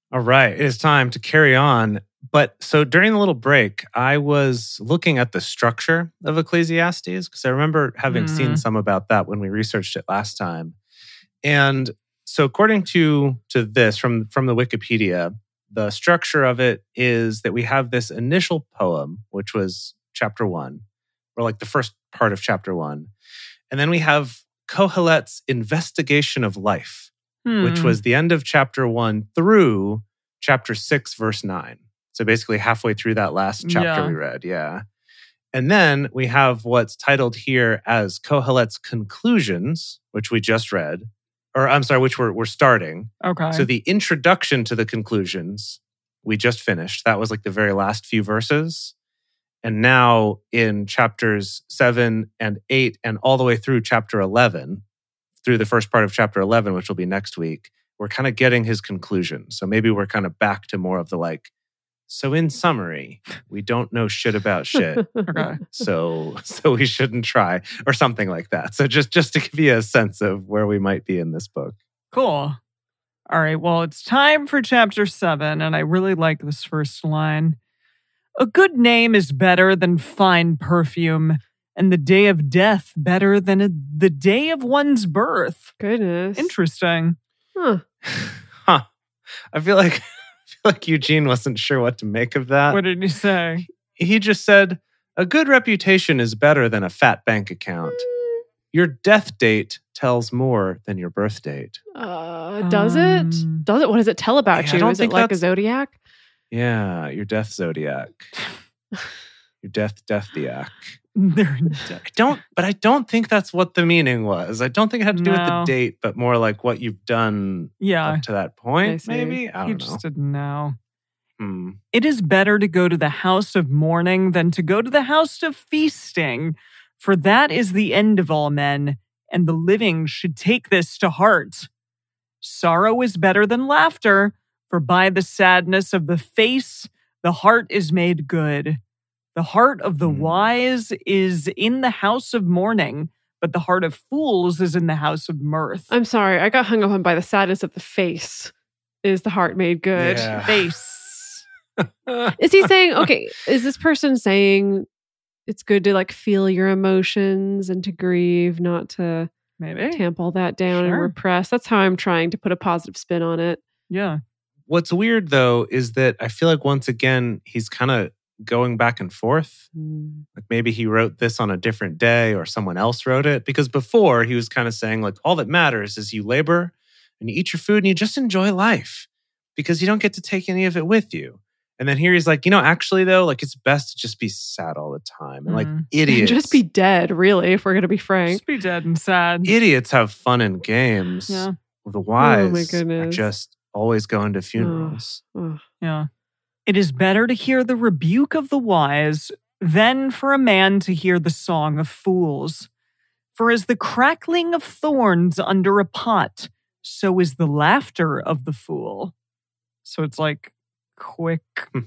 S2: All right, it is time to carry on but so during the little break, I was looking at the structure of Ecclesiastes because I remember having seen
S1: Mhm.
S2: some about that when we researched it last time. And so according to to this from from the Wikipedia, the structure of it is that we have this initial poem, which was chapter 1, or like the first part of chapter 1. And then we have Kohelet's Investigation of Life,
S1: Hmm.
S2: which was the end of chapter one through chapter six, verse nine. So basically halfway through that last chapter
S1: Yeah.
S2: we read. Yeah. And then we have what's titled here as Kohelet's Conclusions, which we just read, or I'm sorry, which we're, we're starting.
S1: okay.
S2: So the introduction to the conclusions we just finished. That was like the very last few verses. And now in chapters seven and eight, and all the way through chapter 11, through the first part of chapter 11, which will be next week, we're kind of getting his conclusion. So maybe we're kind of back to more of the like, so in summary, we don't know shit about shit.
S3: [LAUGHS]
S1: okay.
S2: so so we shouldn't try or something like that. So just just to give you a sense of where we might be in this book.
S1: Cool. All right. Well, it's time for chapter seven, and I really like this first line. A good name is better than fine perfume, and the day of death better than a, the day of one's birth.
S3: Goodness.
S1: Interesting.
S3: Huh.
S2: [LAUGHS] huh. I feel like [LAUGHS] I feel like Eugene wasn't sure what to make of that.
S1: what did you say? [LAUGHS]
S2: he just said, "A good reputation is better than a fat bank account. Your death date tells more than your birth date."
S3: Uh, does it?
S1: Um,
S3: Does it? What does it tell about
S2: yeah, I
S3: you?
S2: don't
S3: Is it
S2: think
S3: like a
S2: that's-
S3: zodiac?
S2: Yeah, your death [LAUGHS] zodiac. Your death death diac.
S1: They're in
S2: I don't but I don't think that's what the meaning was. I don't think it had to do with the
S1: No.
S2: date, but more like what you've done
S1: Yeah.
S2: up to that
S3: I
S2: point,
S3: see.
S2: maybe. I
S1: You
S2: don't know.
S1: just didn't know.
S2: Hmm.
S1: It is better to go to the house of mourning than to go to the house of feasting, for that is the end of all men, and the living should take this to heart. Sorrow is better than laughter, for by the sadness of the face, the heart is made good. The heart of the
S2: Hmm.
S1: wise is in the house of mourning, but the heart of fools is in the house of mirth.
S3: I'm sorry. I got hung up on by the sadness of the face. Is the heart made good?
S2: Yeah.
S1: face.
S2: Hmm.
S1: [LAUGHS]
S3: Is he saying, okay, is this person saying it's good to like feel your emotions and to grieve, not to
S1: Maybe.
S3: tamp all that down and
S1: Sure.
S3: repress? That's how I'm trying to put a positive spin on it.
S1: Yeah.
S2: What's weird though is that I feel like once again he's kind of going back and forth.
S3: Mm.
S2: Like maybe he wrote this on a different day or someone else wrote it because before he was kind of saying like all that matters is you labor and you eat your food and you just enjoy life because you don't get to take any of it with you. And then here he's like, you know, actually though, like it's best to just be sad all the time and like
S1: Mm.
S2: idiots.
S3: Just be [LAUGHS] dead, really, if we're going to be frank.
S1: Just be dead and sad.
S2: idiots have fun and games.
S1: Yeah.
S2: The wise are
S3: goodness.
S2: just always going to funerals.
S3: Ugh.
S1: Yeah. It is better to hear the rebuke of the wise than for a man to hear the song of fools. For as the crackling of thorns under a pot, so is the laughter of the fool. So it's like quick
S2: Hmm.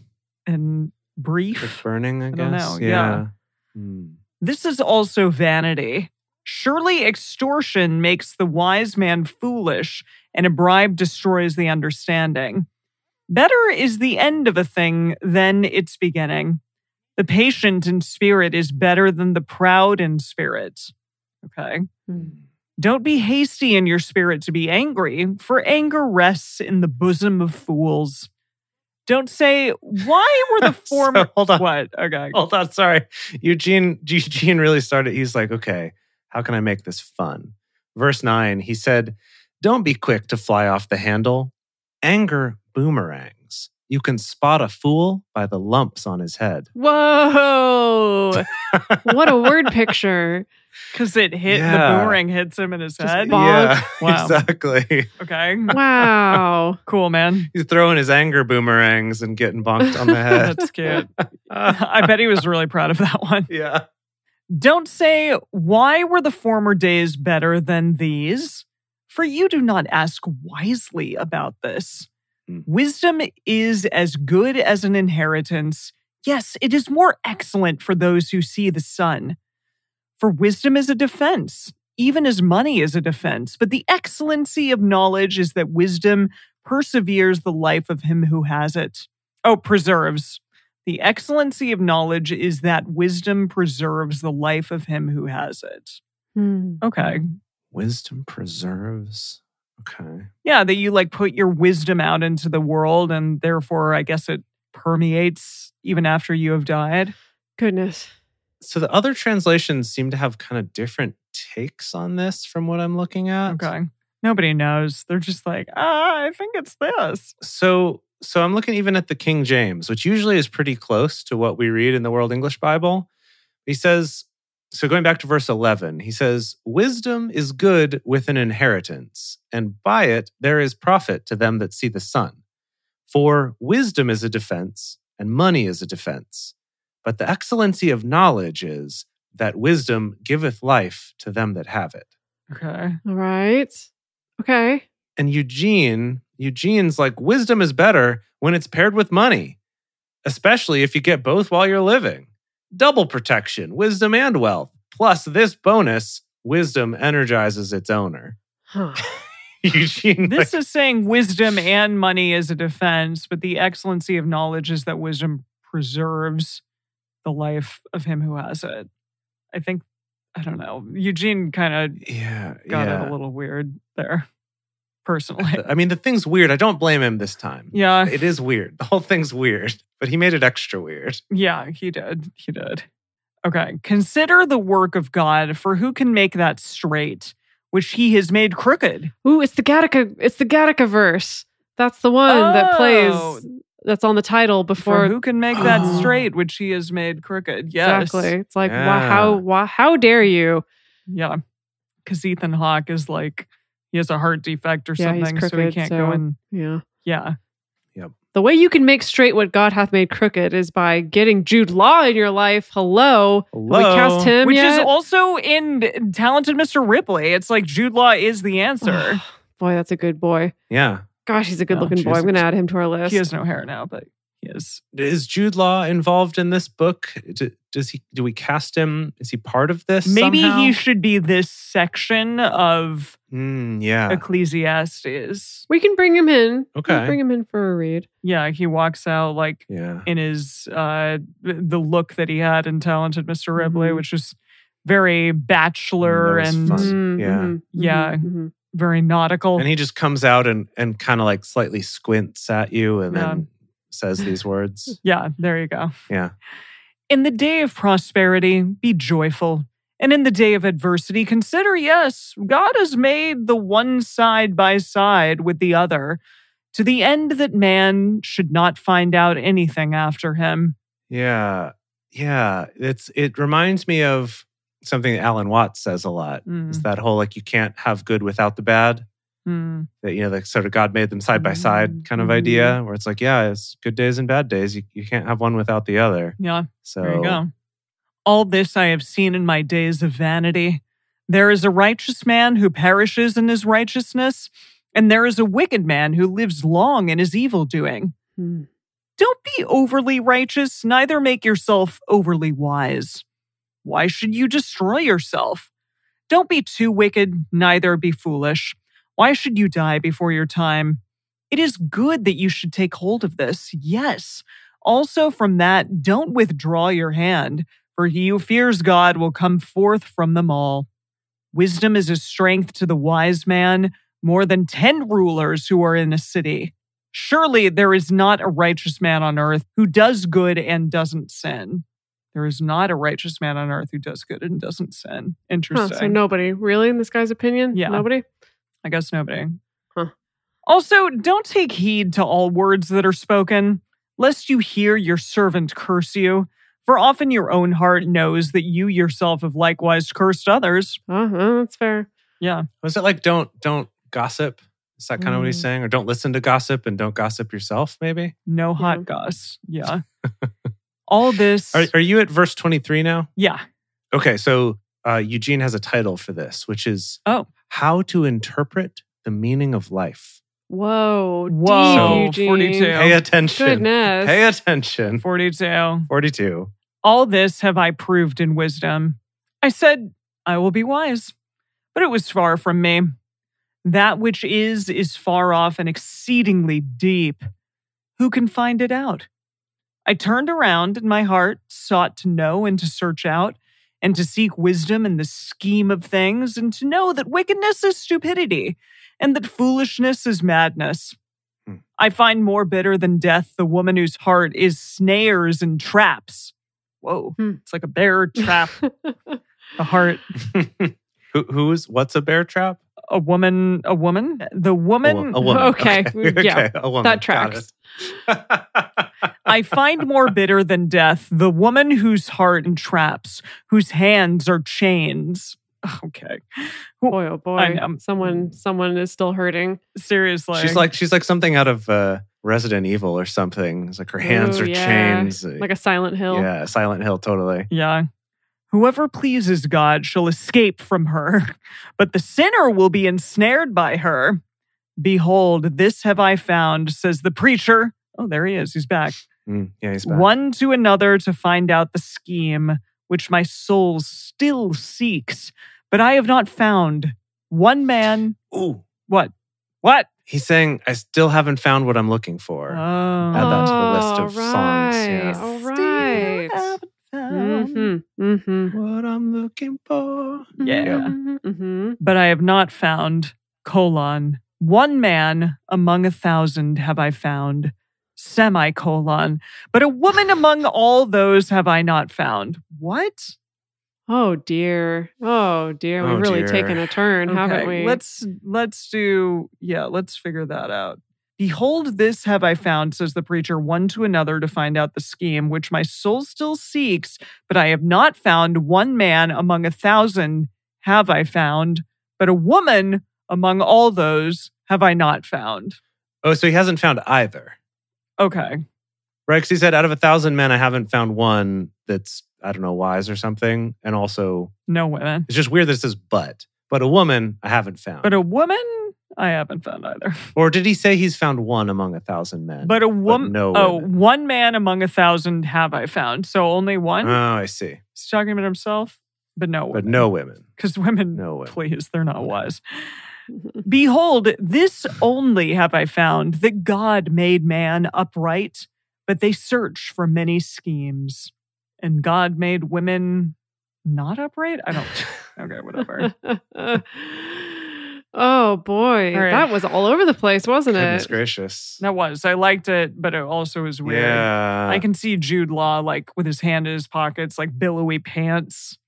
S1: and
S2: Like
S1: [SIGHS] brief.
S2: burning, I, guess.
S1: don't know. Yeah.
S2: Hmm.
S1: This is also vanity. Surely extortion makes the wise man foolish, and a bribe destroys the understanding. Better is the end of a thing than its beginning. The patient in spirit is better than the proud in spirit. Okay.
S3: Mm.
S1: Don't be hasty in your spirit to be angry, for anger rests in the bosom of fools. Don't say, Why were [LAUGHS] the
S2: [LAUGHS] So,
S1: former.
S2: hold on.
S1: What? Okay.
S2: Hold on, sorry. Eugene Eugene really started. He's like, okay, how can I make this fun? Verse nine, he said, Don't be quick to fly off the handle. Anger boomerangs. You can spot a fool by the lumps on his head.
S3: Whoa. what a word picture.
S1: Because it hit
S2: Yeah.
S1: the boomerang hits him in his
S3: Just
S1: head.
S3: bo-
S2: Yeah, [LAUGHS]
S1: Wow.
S2: exactly.
S1: okay. [LAUGHS]
S3: Wow.
S1: Cool, man.
S2: He's throwing his anger boomerangs and getting
S1: [LAUGHS]
S2: bonked on the head.
S1: That's cute. I bet he was really proud of that one.
S2: yeah.
S1: Don't say, Why were the former days better than these? For you do not ask wisely about this.
S2: Hmm.
S1: Wisdom is as good as an inheritance. Yes, it is more excellent for those who see the sun. For wisdom is a defense, even as money is a defense. But the excellency of knowledge is that wisdom perseveres the life of him who has it. Oh, preserves. The excellency of knowledge is that wisdom preserves the life of him who has it.
S3: Hmm.
S1: Okay.
S2: Wisdom preserves. Okay.
S1: Yeah, that you like put your wisdom out into the world and therefore I guess it permeates even after you have died.
S3: Goodness.
S2: So the other translations seem to have kind of different takes on this from what I'm looking at.
S1: Okay. Nobody knows. They're just like, ah, I think it's this.
S2: So so I'm looking even at the King James, which usually is pretty close to what we read in the World English Bible. He says, so going back to verse 11, he says, "Wisdom is good with an inheritance, and by it there is profit to them that see the sun. For wisdom is a defense, and money is a defense. But the excellency of knowledge is that wisdom giveth life to them that have it."
S1: Okay.
S3: All right. Okay.
S2: and Eugene, Eugene's like, wisdom is better when it's paired with money, especially if you get both while you're living. Double protection, wisdom and wealth. Plus, this bonus, wisdom energizes its owner. [LAUGHS]
S3: Huh.
S2: Eugene,
S1: This
S2: like,
S1: is saying wisdom and money is a defense, but the excellency of knowledge is that wisdom preserves the life of him who has it. I think, I don't know. Eugene kind
S2: yeah,
S1: of got
S2: yeah.
S1: it a little weird there,
S2: [LAUGHS]
S1: personally.
S2: I mean, the thing's weird. I don't blame him this time.
S1: yeah.
S2: It is weird. The whole thing's weird, but he made it extra weird.
S1: Yeah, he did. He did. Okay. Consider the work of God, for who can make that straight, which he has made crooked?
S3: Ooh, it's the Gattaca. It's the Gattaca verse. That's the one that
S1: Oh.
S3: plays. That's on the title
S1: For
S3: before.
S1: who can make that
S2: Oh.
S1: straight, which he has made crooked? Yes.
S3: Exactly. It's like, wow,
S2: Yeah.
S3: how, wow, how dare you?
S1: Yeah. Because Ethan Hawke is like, he has a heart defect or
S3: Yeah, he's
S1: something, so he
S3: crooked,
S1: can't
S3: so-
S1: go and,
S3: Yeah.
S1: yeah.
S3: The way you can make straight what God hath made crooked is by getting Jude Law in your life. Hello.
S2: Hello.
S3: We cast him
S1: Which is
S3: yet?
S1: also in Talented Mr. Ripley. It's like Jude Law is the
S3: [SIGHS]
S1: answer.
S3: boy, that's a good boy.
S2: Yeah.
S3: Gosh, he's a good looking
S2: Oh,
S3: boy. I'm going to add him to our list.
S1: he has no hair now, but he is.
S2: Is Jude Law involved in this book? D- Does he? Do we cast him? Is he part of this?
S1: Maybe
S2: somehow?
S1: he should be this section of
S2: Mm, yeah.
S1: Ecclesiastes.
S3: we can bring him in. We can
S2: Okay.
S3: bring him in for a read.
S1: Yeah, he walks out like
S2: Yeah.
S1: in his uh the look that he had in Talented Mr. Ripley,
S3: Mhm.
S1: which is very bachelor
S2: Mm-hmm. Mm, That was
S1: and
S2: fun.
S3: Mhm,
S2: Yeah.
S3: mhm,
S1: Yeah.
S3: mhm, mhm.
S1: very nautical.
S2: And he just comes out and, and kind of like slightly squints at you and then says
S1: [LAUGHS]
S2: these words.
S1: yeah, there you go.
S2: Yeah.
S1: In the day of prosperity, be joyful. And in the day of adversity, consider yes, God has made the one side by side with the other to the end that man should not find out anything after him.
S2: Yeah. Yeah. It's it reminds me of something Alan Watts says a lot.
S1: Mm,
S2: It's that whole like you can't have good without the bad.
S1: mm,
S2: That you know, like sort of God made them side by
S3: Mm,
S1: Mm-hmm.
S2: side kind of
S3: mhm.
S2: idea where it's like, yeah, it's good days and bad days. You you can't have one without the other.
S1: yeah.
S2: So
S1: There you go. All this I have seen in my days of vanity. There is a righteous man who perishes in his righteousness, and there is a wicked man who lives long in his evil doing.
S3: Mhm.
S1: Don't be overly righteous, neither make yourself overly wise. Why should you destroy yourself? Don't be too wicked, neither be foolish. Why should you die before your time? It is good that you should take hold of this, yes. Also, from that, don't withdraw your hand, for he who fears God will come forth from them all. Wisdom is a strength to the wise man, more than ten rulers who are in a city. Surely there is not a righteous man on earth who does good and doesn't sin. There is not a righteous man on earth who does good and doesn't sin.
S3: Huh,
S1: Interesting.
S3: so nobody, really, in this guy's opinion?
S1: Yeah.
S3: Nobody?
S1: I guess nobody.
S3: Huh.
S1: Also, don't take heed to all words that are spoken, lest you hear your servant curse you. For often your own heart knows that you yourself have likewise cursed others.
S3: Uh, uh, that's fair.
S1: Yeah.
S2: Was it like don't don't gossip? Is that kind of what he's
S1: Mm.
S2: saying? Or don't listen to gossip and don't gossip yourself, maybe?
S1: No hot
S3: Yeah.
S1: goss. Yeah.
S3: [LAUGHS]
S1: all this.
S2: Are, are you at verse 23 now?
S1: yeah.
S2: Okay, so uh, Eugene has a title for this, which is
S1: Oh.
S2: How to Interpret the Meaning of Life.
S3: Whoa.
S1: Whoa,
S3: Deep, Eugene.
S1: 42.
S3: [LAUGHS]
S2: Pay attention.
S3: Goodness.
S2: Pay attention.
S1: 42.
S2: 42.
S1: All this have I proved in wisdom. I said, I will be wise, but it was far from me. That which is, is far off and exceedingly deep. Who can find it out? I turned around, and my heart sought to know and to search out, and to seek wisdom in the scheme of things, and to know that wickedness is stupidity, and that foolishness is madness.
S2: Hmm.
S1: I find more bitter than death the woman whose heart is snares and traps. Whoa,
S3: Hmm.
S1: it's like a bear trap, a heart.
S2: [LAUGHS] Who, who's what's a bear trap?
S1: A woman, a woman, the
S2: A
S1: woman.
S2: wo- a woman.
S3: [LAUGHS] Okay, Mm, yeah,
S2: a woman.
S3: that
S2: Got
S3: tracks.
S2: it. [LAUGHS]
S1: I find more bitter than death the woman whose heart entraps, whose hands are chains. Okay,
S3: Boy, oh boy.
S1: I know.
S3: Someone someone is still hurting.
S1: seriously,
S2: she's like she's like something out of uh, Resident Evil or something. It's like her hands
S3: Ooh,
S2: are
S3: yeah.
S2: chains.
S3: Like a Silent Hill.
S2: yeah, Silent Hill. Totally.
S1: Yeah. Whoever pleases God shall escape from her, [LAUGHS] but the sinner will be ensnared by her. Behold, this have I found, says the preacher. Oh, there he is. He's back.
S2: Mm, yeah, he's back.
S1: One to another to find out the scheme which my soul still seeks, but I have not found. One man.
S2: Ooh,
S1: What? What?
S2: he's saying I still haven't found what I'm looking for. Add
S1: Oh.
S2: that to the list
S3: Oh,
S2: of songs,
S3: right.
S2: yeah.
S3: All
S1: Still
S3: right.
S1: haven't found.
S3: Mm-hmm. Mm-hmm.
S2: What I'm looking for.
S1: Yeah.
S3: Mm-hmm.
S1: but I have not found colon one man among a thousand have I found semicolon but a woman among all those have I not found what
S3: Oh dear. Oh dear. We've
S2: Oh,
S3: really
S2: dear.
S3: taken a turn, haven't
S1: Okay,
S3: we?
S1: let's let's do yeah let's figure that out behold this have I found says the preacher one to another to find out the scheme which my soul still seeks but I have not found one man among a thousand have I found but a woman among all those have I not found
S2: Oh, so he hasn't found either.
S1: Okay.
S2: Right, 'cause he said, out of a thousand men, I haven't found one that's, I don't know, wise or something. And also,
S1: No women.
S2: it's just weird that it says but. But a woman, I haven't found.
S1: But a woman, I haven't found either.
S2: or did he say he's found one among a thousand men?
S1: But a woman,
S2: no
S1: oh,
S2: women.
S1: one man among a thousand have I found. So only one?
S2: Oh, I see.
S1: He's talking about himself, but no
S2: But no women.
S1: Because women,
S2: No women.
S1: please, they're not
S2: [LAUGHS]
S1: wise. Behold, this only have I found that God made man upright, but they search for many schemes. And God made women not upright? I don't.
S2: [LAUGHS]
S1: Okay, whatever.
S3: [LAUGHS] oh boy.
S1: All right.
S3: That was all over the place, wasn't
S2: Goodness
S3: it?
S2: gracious.
S1: that was. I liked it, but it also was weird.
S2: Yeah.
S1: I can see Jude Law like with his hand in his pockets, like billowy pants,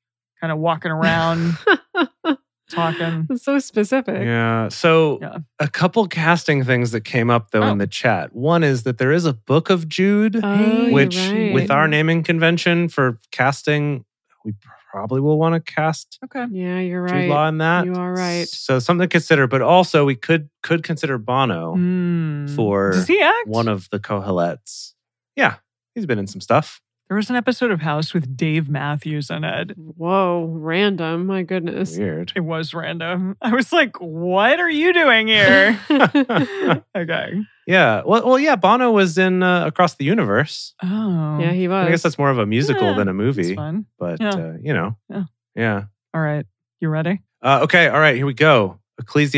S1: kind of walking around.
S3: [LAUGHS]
S2: [LAUGHS]
S1: Talking.
S3: It's so specific.
S2: Yeah. So
S1: Yeah.
S2: a couple casting things that came up though
S1: Oh.
S2: in the chat. One is that there is a book of Jude,
S3: Oh, you're
S2: which
S3: right.
S2: with our naming convention for casting, we probably will want to cast
S1: Okay.
S3: Yeah, you're
S2: Jude
S3: right.
S2: Law in that.
S3: You are right.
S2: So something to consider, but also we could could consider Bono
S1: Mm.
S2: for
S1: Does he act?
S2: one of the Kohelettes. Yeah, he's been in some stuff.
S1: there was an episode of House with Dave Matthews in it.
S3: Whoa, random. My goodness. [LAUGHS]
S2: Weird. [LAUGHS]
S1: It was random. I was like, what are you doing
S3: [LAUGHS]
S1: here?
S2: [LAUGHS] yeah.
S1: okay.
S2: Well, well, yeah. Bono was in uh, Across the Universe.
S1: Oh.
S3: Yeah, he was.
S2: I guess that's more of a musical
S1: Yeah,
S2: than a
S1: That's
S2: movie.
S1: fun.
S2: but
S1: Yeah.
S2: uh, you know,
S1: Yeah.
S2: yeah.
S1: All right. You ready?
S2: Uh, okay, all right, here we go.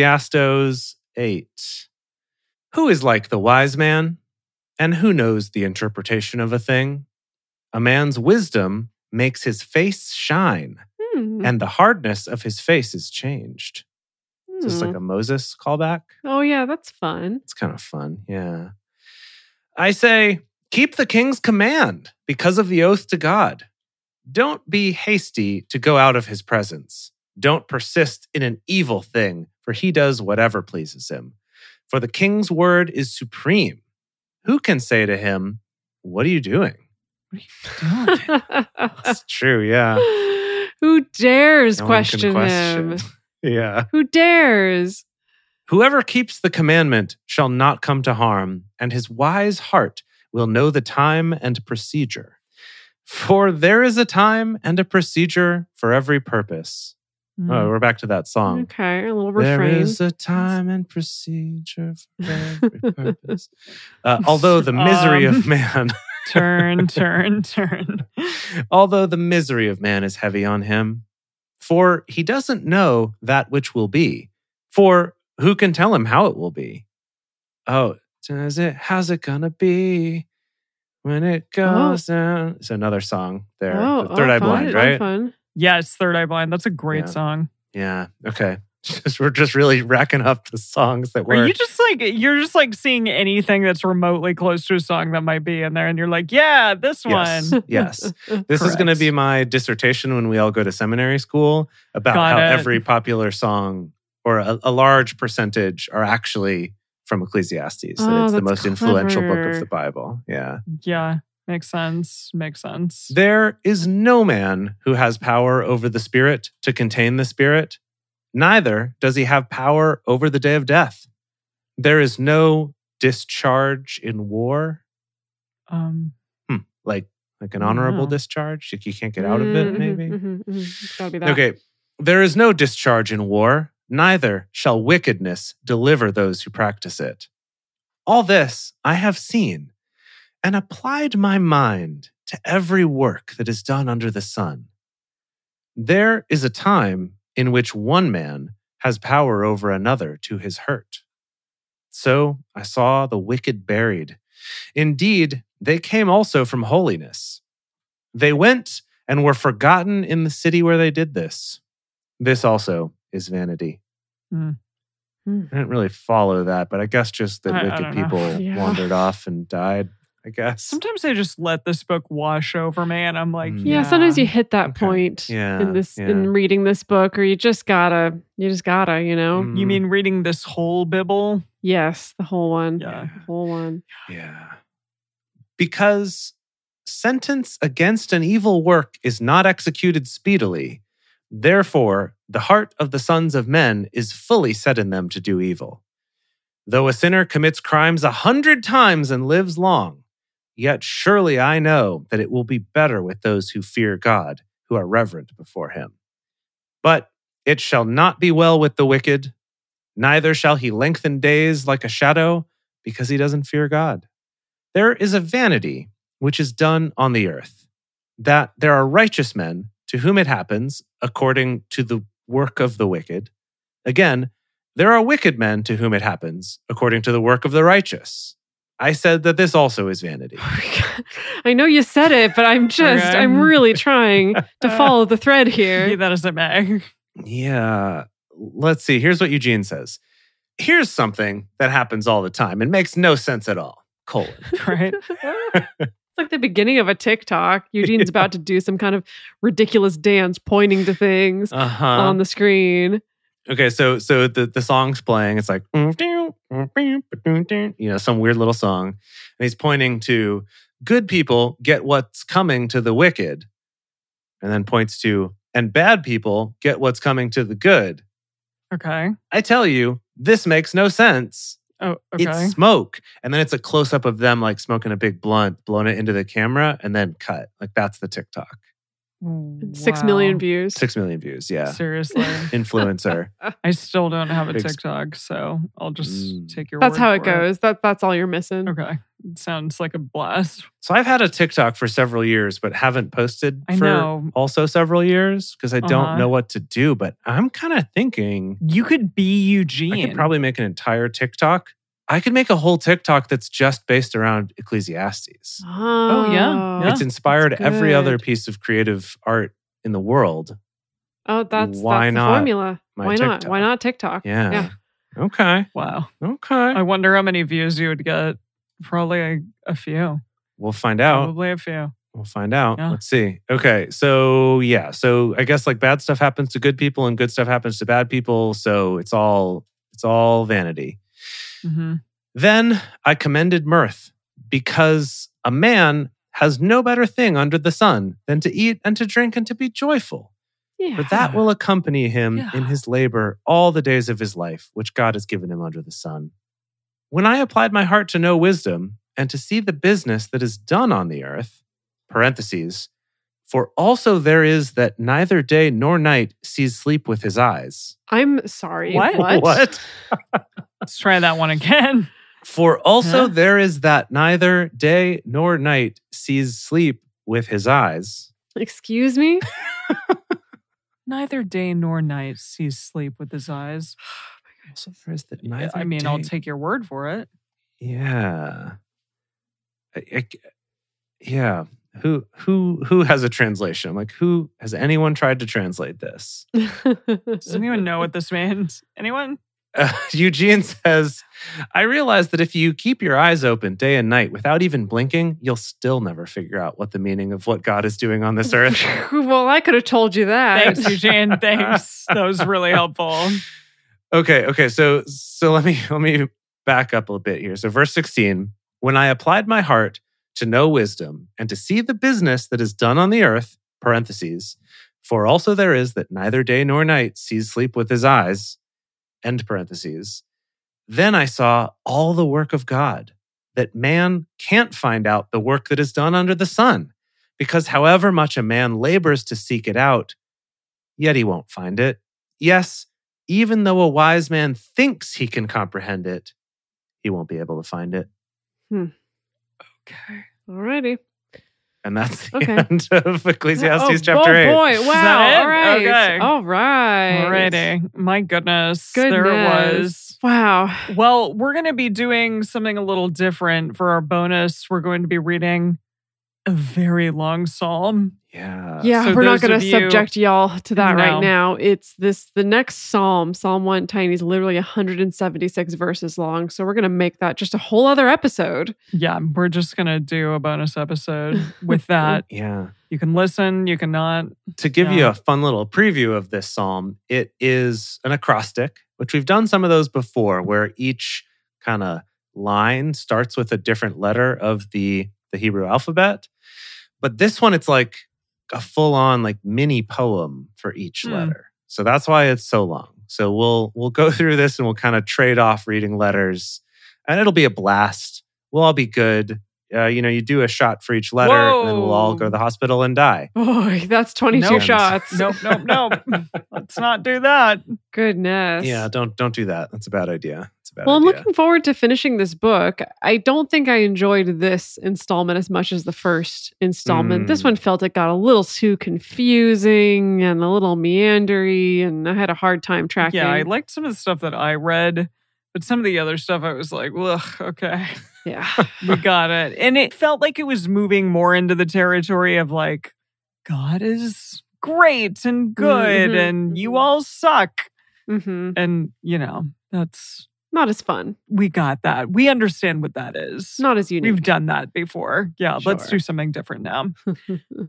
S2: Ecclesiastes eight. Who is like the wise man, and who knows the interpretation of a thing? A man's wisdom makes his face shine,
S3: Hmm.
S2: and the hardness of his face is changed. Is this like
S3: Hmm.
S2: a Moses callback?
S3: oh yeah, that's fun.
S2: It's kind of fun. Yeah. I say, keep the king's command because of the oath to God. Don't be hasty to go out of his presence. Don't persist in an evil thing, for he does whatever pleases him. For the king's word is supreme. Who can say to him, What are you doing?
S1: Don't.
S3: [LAUGHS]
S2: It's [LAUGHS] true. Yeah.
S3: Who dares
S2: No one can
S3: question, him?
S2: question. [LAUGHS] yeah.
S3: Who dares?
S2: Whoever keeps the commandment shall not come to harm, and his wise heart will know the time and procedure. For there is a time and a procedure for every purpose.
S1: Hmm.
S2: Oh, we're back to that song.
S3: Hmm. Okay, a little
S2: There
S3: refrain.
S2: is a time and procedure
S3: [LAUGHS]
S2: for every purpose. Uh, although the misery of
S1: Um.
S2: man, [LAUGHS]
S1: turn, turn, turn.
S2: although the misery of man is heavy on him, for he doesn't know that which will be. For who can tell him how it will be? Oh, does it? How's it gonna be when it
S1: Oh.
S2: goes down? It's another song there.
S3: Oh,
S2: The Third
S3: oh,
S2: Eye
S3: fun,
S2: Blind,
S3: fun,
S2: right?
S3: Fun.
S1: Yes, Third Eye Blind. That's a great
S2: Yeah.
S1: song.
S2: Yeah. Okay. [LAUGHS] Just, we're just really racking up the songs that
S1: Are
S2: were.
S1: you just like you're just like seeing anything that's remotely close to a song that might be in there, and you're like, yeah, this
S2: yes,
S1: one.
S2: yes.
S1: [LAUGHS]
S2: This is
S1: Correct.
S2: going to be my dissertation when we all go to seminary school about
S1: Got
S2: how
S1: it.
S2: every popular song or a, a large percentage are actually from Ecclesiastes. that
S3: Oh,
S2: it's the
S3: that's
S2: most influential book
S3: clever.
S2: of the Bible. Yeah.
S1: Yeah, makes sense. Makes sense.
S2: There is no man who has power over the Spirit to contain the Spirit, neither does he have power over the day of death. There is no discharge in war,
S1: Um,
S2: like like an honorable
S1: Wow.
S2: discharge. Like you can't get out of it,
S3: Mhm,
S2: maybe.
S1: [LAUGHS]
S3: mhm, mhm. It's gotta be that.
S2: Okay. There is no discharge in war, neither shall wickedness deliver those who practice it. All this I have seen and applied my mind to every work that is done under the sun. There is a time in which one man has power over another to his hurt. So I saw the wicked buried. Indeed, they came also from holiness. They went and were forgotten in the city where they did this. This also is vanity.
S1: Hmm.
S3: Hmm.
S2: I didn't really follow that, but I guess just that
S1: I- I
S2: wicked
S1: don't know.
S3: [LAUGHS]
S2: people
S3: Yeah.
S2: wandered off and died, I guess.
S1: sometimes I just let this book wash over me, and I'm like,
S2: Mm.
S3: Yeah,
S1: yeah,
S3: sometimes you hit that
S2: Okay.
S3: point
S2: Yeah,
S3: in this
S2: yeah.
S3: in reading this book, or you just gotta, you just gotta, you know.
S2: Mm,
S1: You mean reading this whole Bible?
S3: Yes, the whole one,
S1: Yeah.
S3: the whole one.
S2: Yeah. Because sentence against an evil work is not executed speedily. Therefore, the heart of the sons of men is fully set in them to do evil. Though a sinner commits crimes a hundred times and lives long, yet surely I know that it will be better with those who fear God, who are reverent before him. But it shall not be well with the wicked, neither shall he lengthen days like a shadow because he doesn't fear God. There is a vanity which is done on the earth, that there are righteous men to whom it happens according to the work of the wicked. Again, there are wicked men to whom it happens according to the work of the righteous. I said that this also is vanity.
S3: I know you said it, but I'm just,
S1: Okay.
S3: I'm really trying to
S2: [LAUGHS]
S3: follow the thread here.
S1: Be [LAUGHS] that as it may.
S2: Yeah. Let's see. Here's what Eugene says. Here's something that happens all the time and makes no sense at all. Colon.
S1: right?
S3: it's like the beginning of a TikTok. Eugene's about to do some kind of ridiculous dance, pointing to things
S2: Uh-huh.
S3: on the screen.
S2: Okay, so so the the song's playing. It's like you know some weird little song, and he's pointing to good people get what's coming to the wicked, and then points to and bad people get what's coming to the good.
S1: Okay.
S2: I tell you, this makes no sense.
S1: Oh, okay.
S2: It's smoke, and then it's a close up of them like smoking a big blunt, blowing it into the camera, and then cut. Like that's the TikTok.
S3: Six
S1: Wow.
S3: million views.
S2: Six million views,
S1: [LAUGHS]
S2: yeah.
S1: Seriously,
S2: Influencer.
S1: I still don't have a
S2: Big-
S1: TikTok, so I'll just
S2: Mm.
S1: take your.
S3: That's
S1: word
S3: how it
S1: for
S3: goes. That that's all you're
S2: Oh,
S3: missing.
S1: Okay, sounds like a blast.
S2: So I've had a TikTok for several years, but haven't posted
S1: I
S2: for
S1: know.
S2: also several years because I
S1: Uh-huh.
S2: don't know what to do. But I'm kind of thinking
S1: You could be Eugene.
S2: I could probably make an entire TikTok. I could make a whole TikTok that's just based around Ecclesiastes.
S3: Oh,
S1: yeah. Yeah.
S2: It's inspired
S3: that's
S2: every
S3: good.
S2: other piece of creative art in the world.
S3: Oh, that's
S2: Why
S3: that's
S2: not
S3: the formula.
S2: my
S3: Why not?
S2: TikTok?
S3: Why not TikTok?
S2: Yeah. Okay.
S1: Wow.
S2: Okay.
S1: I wonder how many views you would get. Probably a, a few.
S2: we'll find out.
S1: Probably a few.
S2: We'll find out.
S1: Yeah.
S2: Let's see. Okay. So, yeah. So, I guess like bad stuff happens to good people and good stuff happens to bad people, so it's all it's all vanity.
S1: hmm
S2: Then I commended mirth because a man has no better thing under the sun than to eat and to drink and to be joyful.
S3: Yeah.
S2: For that will accompany him
S1: Yeah.
S2: in his labor all the days of his life, which God has given him under the sun. When I applied my heart to know wisdom and to see the business that is done on the earth, parentheses, for also there is that neither day nor night sees sleep with his eyes.
S3: I'm sorry.
S1: What?
S3: What?
S2: [LAUGHS] What?
S1: Let's try that one again. [LAUGHS]
S2: For also
S1: Huh?
S2: there is that neither day nor night sees sleep with his eyes.
S3: [LAUGHS] Excuse me.
S1: Neither day nor night sees sleep with his eyes.
S2: Also there is that
S1: Yeah,
S2: neither.
S1: I mean, I'll
S2: day-
S1: take your word for it.
S2: Yeah. I- I- yeah. who who who has a translation? I'm like, who has anyone tried to translate this? [LAUGHS]
S1: Does anyone know what this means? Anyone?
S2: Uh, Eugene says, I realize that if you keep your eyes open day and night without even blinking, you'll still never figure out what the meaning of what God is
S3: [LAUGHS]
S2: doing on this earth.
S3: well, [LAUGHS] I could have told you that.
S1: Thanks, Eugene. Thanks. That was really helpful.
S2: Okay, okay. So so let me [LAUGHS] let me back up a bit here. So verse 16, when I applied my heart to know wisdom and to see the business that is done on the earth, parentheses, for also there is that neither day nor night sees sleep with his eyes, end parentheses. Then I saw all the work of God, that man can't find out the work that is done under the sun, because however much a man labors to seek it out, yet he won't find it. Yes, even though a wise man thinks he can comprehend it, he won't be able to find it.
S1: Okay.
S3: [LAUGHS] Alrighty.
S2: And that's the
S3: Okay.
S2: [LAUGHS] end of Ecclesiastes
S3: oh,
S2: chapter
S3: oh,
S2: 8.
S1: that
S3: boy. Wow.
S1: it?
S3: All right.
S1: Okay.
S3: All right.
S1: Alrighty. My goodness. There it
S3: Goodness.
S1: was.
S3: Wow.
S1: Well, we're going to be doing something a little different for our bonus. We're going to be reading a very long psalm.
S2: Yeah.
S3: Yeah,
S1: Uh, so
S3: we're not
S1: those
S3: going
S1: of
S3: to
S1: you-
S3: subject y'all to that
S1: No.
S3: right now. It's this the next psalm, Psalm 1 tiny is literally 176 verses long, so we're going to make that just a whole other episode.
S1: Yeah, we're just going to do a bonus episode
S3: [LAUGHS]
S1: with that.
S2: Yeah.
S1: You can listen, you cannot.
S2: To give you
S1: Yeah.
S2: a fun little preview of this psalm, it is an acrostic, which we've done some of those before, where each kind of line starts with a different letter of the, the Hebrew alphabet. But this one, it's like a full on like mini poem for each
S1: Hmm.
S2: letter. So that's why it's so long. So we'll we'll go [LAUGHS] through this and we'll kind of trade off reading letters, and it'll be a blast. We'll all be good. Uh, you know, you do a shot for each letter, and then we'll all
S1: Whoa.
S2: go to the hospital and die.
S3: Boy, that's 22
S1: Nope.
S3: shots.
S1: Nope, nope,
S3: [LAUGHS]
S1: nope. Let's not do that.
S3: Goodness.
S2: Yeah, don't don't do that. That's a bad idea. It's a bad
S3: Well, I'm
S2: idea.
S3: looking forward to finishing this book. I don't think I enjoyed this installment as much as the first installment. This
S2: Mm.
S1: Hmm.
S3: one felt it got a little too confusing and a little meandery, and I had a hard time tracking.
S1: Yeah, I liked some of the stuff that I read, but some of the other stuff I was like, ugh, okay,
S3: yeah. [LAUGHS]
S1: we got it. And it felt like it was moving more into the territory of like, God is great and good,
S3: Mhm,
S1: and you
S3: mhm.
S1: all suck.
S3: hmm
S1: And, you know, that's,
S3: Not as fun.
S1: we got that. We understand what that is.
S3: Not as unique.
S1: We've done that before. Yeah, let's
S3: Sure.
S1: do something different now.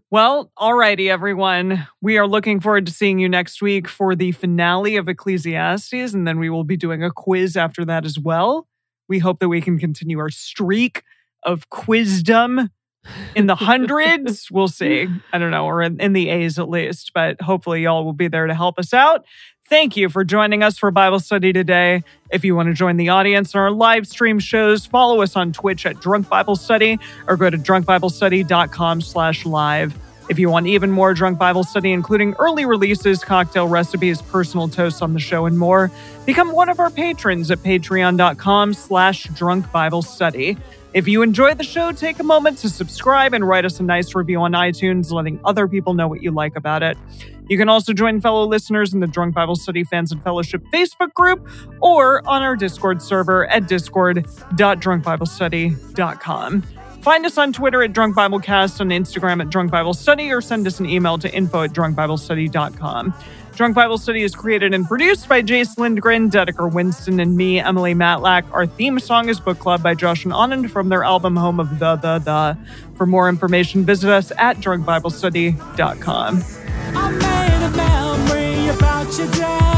S1: Well, alrighty, everyone. We are looking forward to seeing you next week for the finale of Ecclesiastes, and then we will be doing a quiz after that as well. We hope that we can continue our streak of quizdom in the hundreds. we'll see. I don't know, or in, in the A's at least, but hopefully y'all will be there to help us out. Thank you for joining us for Bible study today. If you want to join the audience in our live stream shows, follow us on Twitch at Drunk Bible Study or go to drunkbiblestudy.com slash live. If you want even more Drunk Bible Study, including early releases, cocktail recipes, personal toasts on the show, and more, become one of our patrons at patreon.com slash drunk Bible study. If you enjoyed the show, take a moment to subscribe and write us a nice review on iTunes, letting other people know what you like about it. You can also join fellow listeners in the Drunk Bible Study Fans and Fellowship Facebook group or on our Discord server at discord.drunkbiblestudy.com. Find us on Twitter at Drunk Biblecast, on Instagram at Drunk Bible Study, or send us an email to info at drunkbiblestudy.com. Drunk Bible Study is created and produced by Jace Lindgren, Dedeker Winston, and me, Emily Matlack. Our theme song is Book Club by Josh and Anand from their album Home of the The The. For more information, visit us at drunkbiblestudy.com.
S4: I made a memory about your dad.